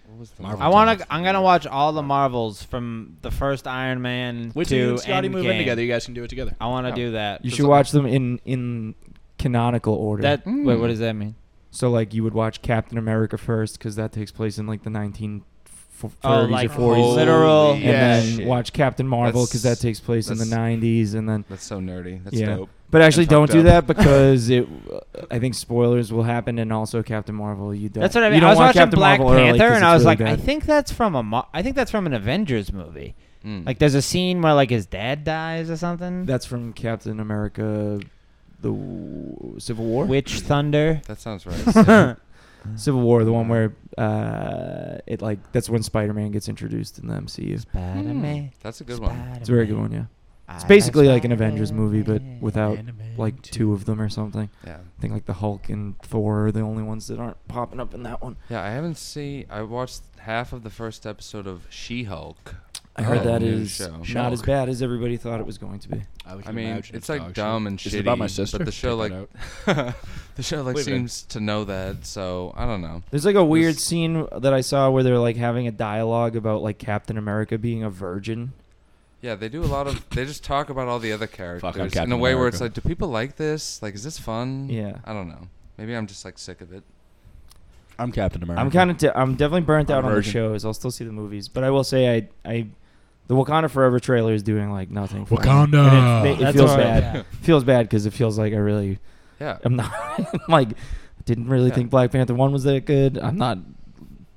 B: what was the
A: Marvel
D: I want to. I'm gonna watch all the Marvels from the first Iron Man
A: Wait till you
D: to
A: and Scotty move in
D: Endgame.
A: together. You guys can do it together.
D: I want to
B: Oh.
D: do that.
C: You
B: Does
C: should
B: it-
C: watch them in in canonical order.
D: That
A: Hmm.
B: Mm.
D: wait, what does that mean?
C: so like you would watch Captain America first because that takes place in like the 1930s
D: Oh, like
C: or 40s.
B: Holy
D: literal.
C: and
B: yeah,
C: then
B: shit.
C: watch Captain Marvel because that
B: That's-
C: takes place in the
B: that's-
C: 90s and then
B: That's so nerdy. That's
C: Yeah.
B: dope.
C: but actually don't
B: fucked
C: do
B: up.
C: that because it I think spoilers will happen and also Captain Marvel you don't
D: That's what I
C: you
D: mean. I
C: don't
D: was
C: want
D: watching
C: Captain
D: Black
C: Marvel early
D: Panther,
C: 'cause
D: and
C: it's
D: I was
C: really
D: like, I
C: bad.
D: think that's from a. Mo- I think that's from an Avengers movie.
B: Mm.
D: Like, there's a scene where like his dad dies or something.
C: that's from Captain America the w- Civil War
D: Witch Thunder.
B: that sounds right.
C: Civil War the one where uh it like that's when Spider-Man gets introduced in the MCU
D: Spider-Man.
B: Hmm.
D: Ah,
B: That's a good one.
C: it's a very good one yeah It's basically like an Avengers movie, but without like two of them or something.
B: Yeah.
C: I think like the Hulk and Thor are the only ones that aren't popping up in that one.
B: Yeah, I haven't seen. I watched half of the first episode of She-Hulk.
C: I heard
B: Oh,
C: that
B: new
C: is
B: show.
C: not as
A: Shulk.
C: bad as everybody thought it was going to be.
B: I mean, it's like dumb and shitty.
A: Is it about my sister?
B: But the show
A: Check
B: like,
A: it out.
B: the show like
A: Leave it in.
B: seems to know that. So I don't know.
C: There's like a weird
B: This-
C: scene that I saw where they're like having a dialogue about like Captain America being a virgin.
B: Yeah, they do a lot of. They just talk about all the other characters in
A: Captain
B: a way where it's like,
A: America.
B: do people like this? Like, is this fun?
C: Yeah.
B: I don't know. Maybe I'm just like sick of it.
A: I'm Captain America.
C: I'm kind of t- I'm definitely burnt out on the
A: Virgin.
C: shows. I'll still see the movies, but I will say I I the Wakanda Forever trailer is doing like nothing. For me.
A: Wakanda.
C: And It, it
D: That's
C: feels
D: all right.
C: bad. Feels bad because it feels like I really
B: Yeah.
C: I'm not I'm like I didn't really
B: Yeah.
C: think Black Panther one was that good. I'm not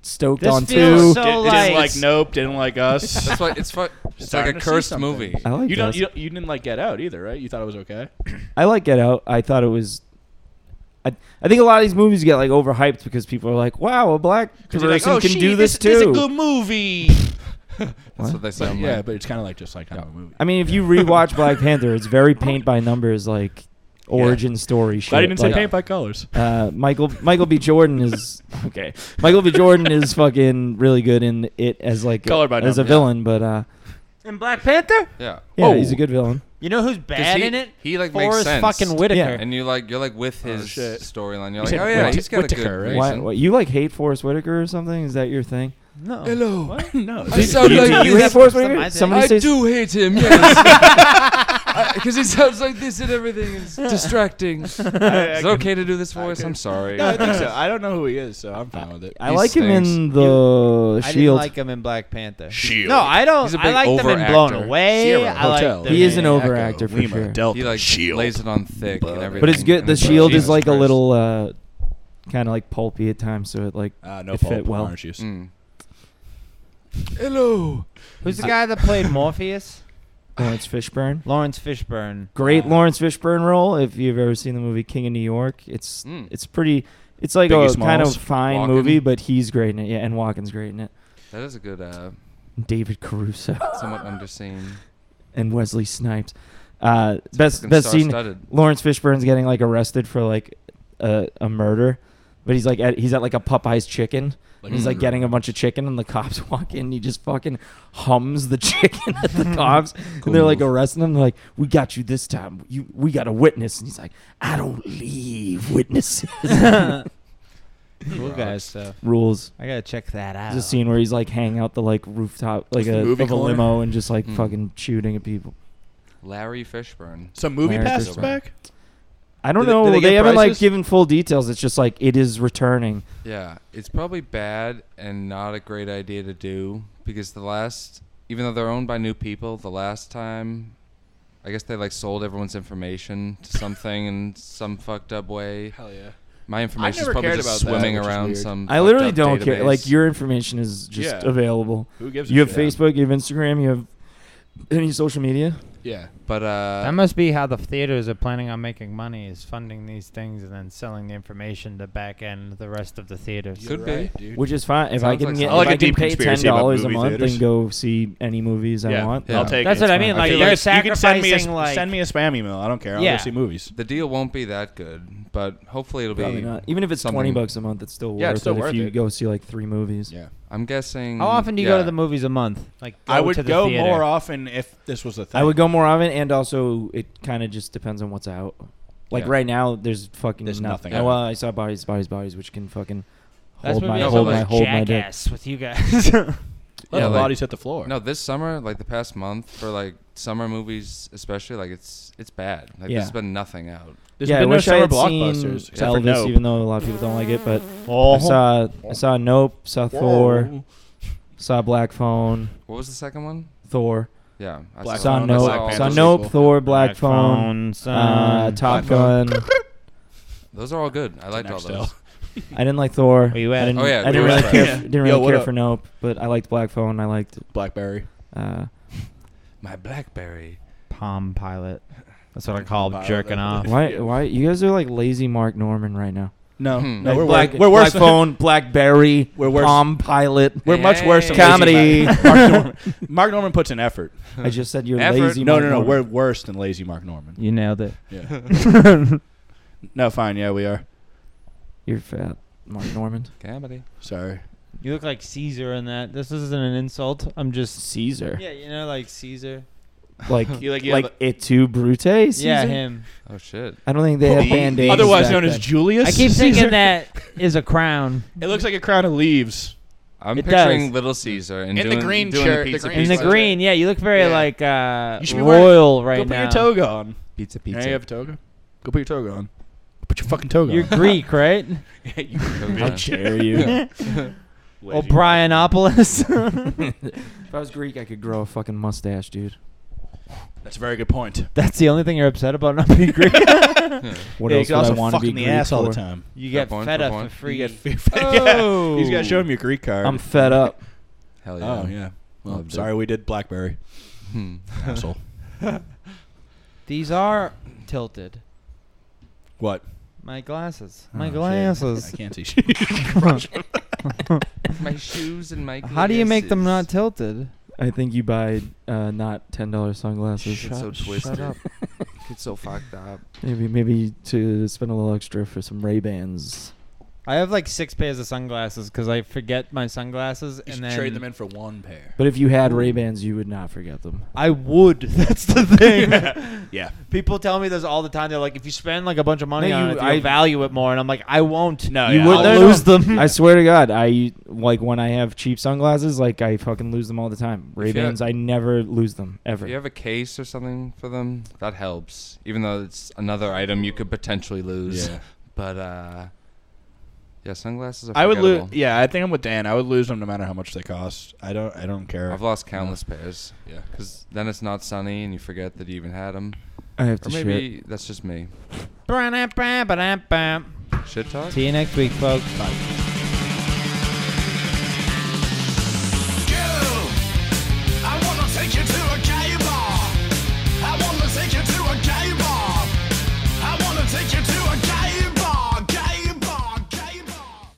C: stoked
D: This
C: on two.
D: feels so
A: Did,
D: like,
A: didn't like Nope. Didn't like Us.
B: That's why it's fun. It's like
A: Starting
B: a
A: to see
B: cursed
A: something.
B: movie.
C: I like
A: you don't,
C: this.
A: you don't. You didn't like Get Out either, right? You thought it was okay.
C: I like Get Out. I thought it was. I, I think a lot of these movies get like overhyped because people are like, "Wow, a black person can do this, too."
A: It's a good movie.
B: That's what they
A: But
B: sound
A: yeah,
B: like.
A: but it's kind of like just like kind of a movie.
C: I mean, if you rewatch Black Panther, it's very paint by numbers, like origin story shit.
A: Glad you didn't say
C: like,
A: paint by colors.
C: Uh, Michael Michael B. Jordan is okay. Michael B. Jordan is fucking really good in it as like a-
A: Color by
C: as a
A: numbers.
C: villain, but uh,
D: in Black Panther.
B: yeah.
C: yeah,
A: Oh.
C: he's a good villain.
D: You know who's bad
B: he-
D: in it?
B: he, like, makes
D: Forrest
B: sense.
D: fucking Whitaker.
C: Yeah.
B: And you like you're like with
A: Oh,
B: his
A: shit.
B: storyline. You're
A: You
B: like,
A: said
B: oh yeah,
A: Whit-
B: he's got a
A: Whitaker,
B: good
A: right?
C: Why,
B: reason.
C: why- you like hate Forrest Whitaker or something? Is that your thing?
D: No.
B: Hello.
A: no,
B: I
A: it's-
B: sound
C: you,
B: like
C: do you
B: this.
C: hate Forrest
D: That's
C: Whitaker?
D: my thing.
C: Somebody
B: I
C: says-
B: do hate him, yes. Because he sounds like this and everything is distracting. Is it okay to do this voice? I'm sorry.
A: no, I think so. I don't know who he is, so I'm fine with it.
C: I
B: He
C: like him in
B: stinks.
C: the
D: I didn't
C: Shield.
D: like him in Black Panther.
A: Shield.
D: No, I don't.
B: He's a
D: I
B: big
D: like them in
B: overactor.
D: Blown Away.
A: Zero.
D: I like
A: Hotel.
D: them
C: He is an
D: in-
C: over- overactor for
A: Lima,
C: sure.
A: Delta,
B: He like
A: Shield.
B: lays it on thick and everything.
C: but it's good. The
B: And
C: Shield is
B: Jesus
C: like a
B: Christ.
C: little uh, kind of like pulpy at times, so it like
A: Uh, no
C: It
A: fault.
C: fit well.
A: Orange juice.
B: Mm. Hello.
D: Who's the guy that played Morpheus?
C: Lawrence Fishburne.
D: Lawrence Fishburne.
C: Great Lawrence Fishburne role. If you've ever seen the movie King of New York, it's
B: Mm.
C: it's pretty. It's like
A: Hmm. Biggie
C: a kind
A: Smalls,
C: of fine
B: Walken.
C: movie, but he's great in it. Yeah, and Walken's great in it.
B: That is a good, uh,
C: David Caruso
B: somewhat underseen.
C: and Wesley Snipes. Uh, best
B: fucking
C: best scene.
B: star-studded.
C: Lawrence Fishburne's getting like arrested for like a, a murder, but he's like at, he's at like a Popeye's chicken.
A: Like
C: he's
A: a
B: Mm.
C: like getting a bunch of chicken, and the cops walk in. And he just fucking hums the chicken at the cops,
B: Cool
C: and they're like
B: move.
C: arresting him. They're like, "We got you this time. You we got a witness." And he's like, "I don't leave witnesses."
D: Cool guys. So
C: Rules.
D: I gotta check that out.
C: There's a scene where he's like hanging out the like rooftop like
A: the
C: a,
A: movie
C: of a
A: corner?
C: limo and just like
B: Mm.
C: fucking shooting at people.
B: Larry Fishburne.
A: Some movie
C: Larry
A: passes
B: Fishburne.
A: back.
C: I don't
A: Do they-
C: know.
A: do they
C: they
A: get
C: haven't like
A: prices?
C: given full details. It's just like it is returning.
B: Yeah, it's probably bad and not a great idea to do because the last, even though they're owned by new people, the last time, I guess they like sold everyone's information to something in some fucked up way.
A: Hell yeah.
B: My information is
A: never
B: probably
A: cared
B: just
A: about that,
B: swimming
A: which is
B: around
A: weird.
B: some.
C: I
B: fucked
C: literally
B: up
C: don't care.
B: database.
C: Like your information is just
A: Yeah.
C: available.
A: Who gives?
C: You
A: a
C: have
A: shit?
C: Facebook. You have Instagram. You have any social media.
A: Yeah.
B: but uh,
D: That must be how the theaters are planning on making money is funding these things and then selling the information to back end the rest of the theaters.
B: Could be.
A: dude.
C: Which is fine. If I
B: Sounds
C: can
B: like something.
C: get,
B: I like
C: if
A: a
C: I can
A: deep
C: pay ten
A: conspiracy about
C: dollars a
A: movie
C: month
A: theaters.
C: and go see any movies I
A: Yeah,
C: want,
B: Yeah.
A: I'll take
D: That's
A: it.
D: what I
A: It's
D: mean,
A: fine.
D: like,
A: feel
D: they're
A: you can send me a,
D: sacrificing, like-
A: send me a spam email. I don't care. I'll
D: Yeah.
A: go see movies.
B: the deal won't be that good, but hopefully it'll
C: probably
B: be.
C: not. Even if it's twenty
B: something-
C: bucks a month, it's still worth
B: Yeah, it's still
C: it
A: worth
C: if you
A: it.
C: go see like three movies.
A: Yeah.
B: I'm guessing.
D: How often do you go
B: yeah.
D: to the movies a month? Like
A: I would
D: to the
A: go
D: theater.
A: more often if this was a thing.
C: I would go more often, and also it kind of just depends on what's out. Like
B: Yeah.
C: right now, there's fucking
A: There's
C: nothing.
A: nothing
C: Oh,
A: out.
C: well, I saw bodies, bodies, bodies, which can fucking
D: That's
C: hold
D: what
C: my
D: we
B: No,
D: have
C: hold
B: but
C: my
B: like
C: hold my dick.
D: jackass with you guys.
A: Let the
B: Yeah, like-
A: bodies hit the floor.
B: No, this summer, like the past month, for like summer movies especially, like it's it's bad. Like
C: Yeah.
B: there's been nothing out.
A: There's
C: yeah, I
A: been no
C: wish
A: summer
C: I had seen
A: blockbusters except for
C: Elvis,
A: Nope.
C: even though a lot of people don't like it. But I
D: oh,
C: saw, I saw Nope, saw Thor, saw Black Phone,
B: What was the second one?
C: Thor,
B: Yeah, I
A: Black
C: saw
A: Phone,
B: I
A: Black
C: Nope,
B: all
A: Panther
C: saw
B: those.
C: Nope,
A: sequel.
C: Thor, Black Phone, uh, Top Gun.
B: Those are all good. I liked all
A: next
B: those.
C: I didn't like Thor.
D: Where you at?
C: I didn't,
B: Oh, yeah,
C: I didn't
B: we were
C: really
B: at
C: care.
A: that.
C: For, didn't
A: Yo,
C: really
A: what
C: care
A: up?
C: for Nope, but I liked Black Phone. I liked.
A: BlackBerry.
C: Uh,
B: My BlackBerry.
D: Palm Pilot. That's what I call
A: Pilot,
D: jerking
A: that-
D: off.
C: Why? Why you guys are like lazy Mark Norman right now?
A: No,
B: Hmm.
A: no,
B: Like
A: we're
C: Black,
A: worse. We're worse.
C: Black phone, BlackBerry,
A: We're worse.
C: Palm Pilot.
A: We're much worse than Lazy
C: Comedy.
A: Mark. Mark Norman. Mark Norman puts in effort.
C: I just said you're
B: Effort.
C: lazy.
A: No,
C: Mark
A: no, no.
C: Norman.
A: We're worse than lazy Mark Norman.
D: You nailed it.
A: Yeah. no, fine. Yeah, we are.
C: you're fat, Mark Norman.
B: Comedy.
A: Sorry.
D: You look like Caesar in that. This isn't an insult. I'm just.
C: Caesar,
D: Yeah, you know, like Caesar.
C: like
A: You like- you
C: like et tu Brute. Caesar?
D: Yeah, him.
B: Oh shit.
C: I don't think they had band aids.
A: Otherwise known as Julius.
D: I keep
A: Caesar.
D: thinking that is a crown.
A: It looks like a crown of leaves.
B: I'm
D: It
B: picturing
D: does.
B: Little Caesar and
A: In the
B: doing,
A: green
B: doing
A: shirt, the
B: the pizza
A: green
D: In
B: pizza.
D: the
A: Caesar.
D: green, yeah, you look very
A: Yeah.
D: like uh,
A: You should be wearing-
D: royal right
A: Go put
D: now.
A: your toga on.
B: Pizza
A: Yeah,
B: pizza.
A: you have a toga. Go put your toga on. Put your fucking toga
D: You're
A: on.
D: Greek, right?
A: How
B: Yeah.
A: dare you? Lazy
D: O'Brienopolis.
C: If I was Greek, I could grow a fucking mustache, dude.
A: Mark. That's a very good point.
D: That's the only thing you're upset about not being Greek.
C: What
A: Yeah, you
C: else
A: could
C: would I
A: also
C: want
A: fuck
C: to be
A: in the
C: Greek
A: ass all the
C: for?
A: time.
D: You
B: Fair
D: get
B: point,
D: fed
B: fair
D: up for
B: point.
D: free.
A: You get fe- yeah. He's got to show him your Greek card.
C: I'm fed up.
B: Hell yeah.
A: oh yeah. Well,
B: Loved it.
A: sorry we did BlackBerry.
B: Hmm.
A: Asshole.
D: These are tilted.
A: What?
D: My glasses. My
A: Oh, shit.
D: glasses.
A: I can't see shit.
B: my shoes and my.
D: How do you make them not
B: glasses.
D: tilted?
C: I think you buy uh, not ten dollars sunglasses.
B: It's so twisted. It's so fucked up.
C: Maybe maybe to spend a little extra for some Ray Bans.
D: I have like six pairs of sunglasses because I forget my sunglasses and then
A: trade them in for one pair.
C: But if you had Ray Bans, you would not forget them.
D: I would. That's the thing.
A: Yeah.
D: People tell me this all the time. They're like, if you spend like a bunch of money
C: No,
D: on
C: you-
D: it,
C: I-
D: I value it more. And I'm like, I won't.
A: No,
C: You
A: yeah,
C: would
A: I'll
C: no, no.
A: lose
C: I swear to God, I like when I have cheap sunglasses, like I fucking lose them all the time. Ray Bans, I never lose them ever.
B: If you have a case or something for them, that helps. Even though it's another item you could potentially lose.
A: Yeah.
B: But uh, yeah, sunglasses are.
A: I would lose.
B: forgettable.
A: Yeah, I think I'm with Dan. I would lose them no matter how much they cost. I don't. I don't care.
B: I've lost countless pairs.
A: Yeah.
B: Because then it's not sunny and you forget that you even had them.
C: I have
B: Or
C: to shit.
B: maybe that's just me.
D: See
B: Shit talk?
D: you next week, folks.
A: Bye.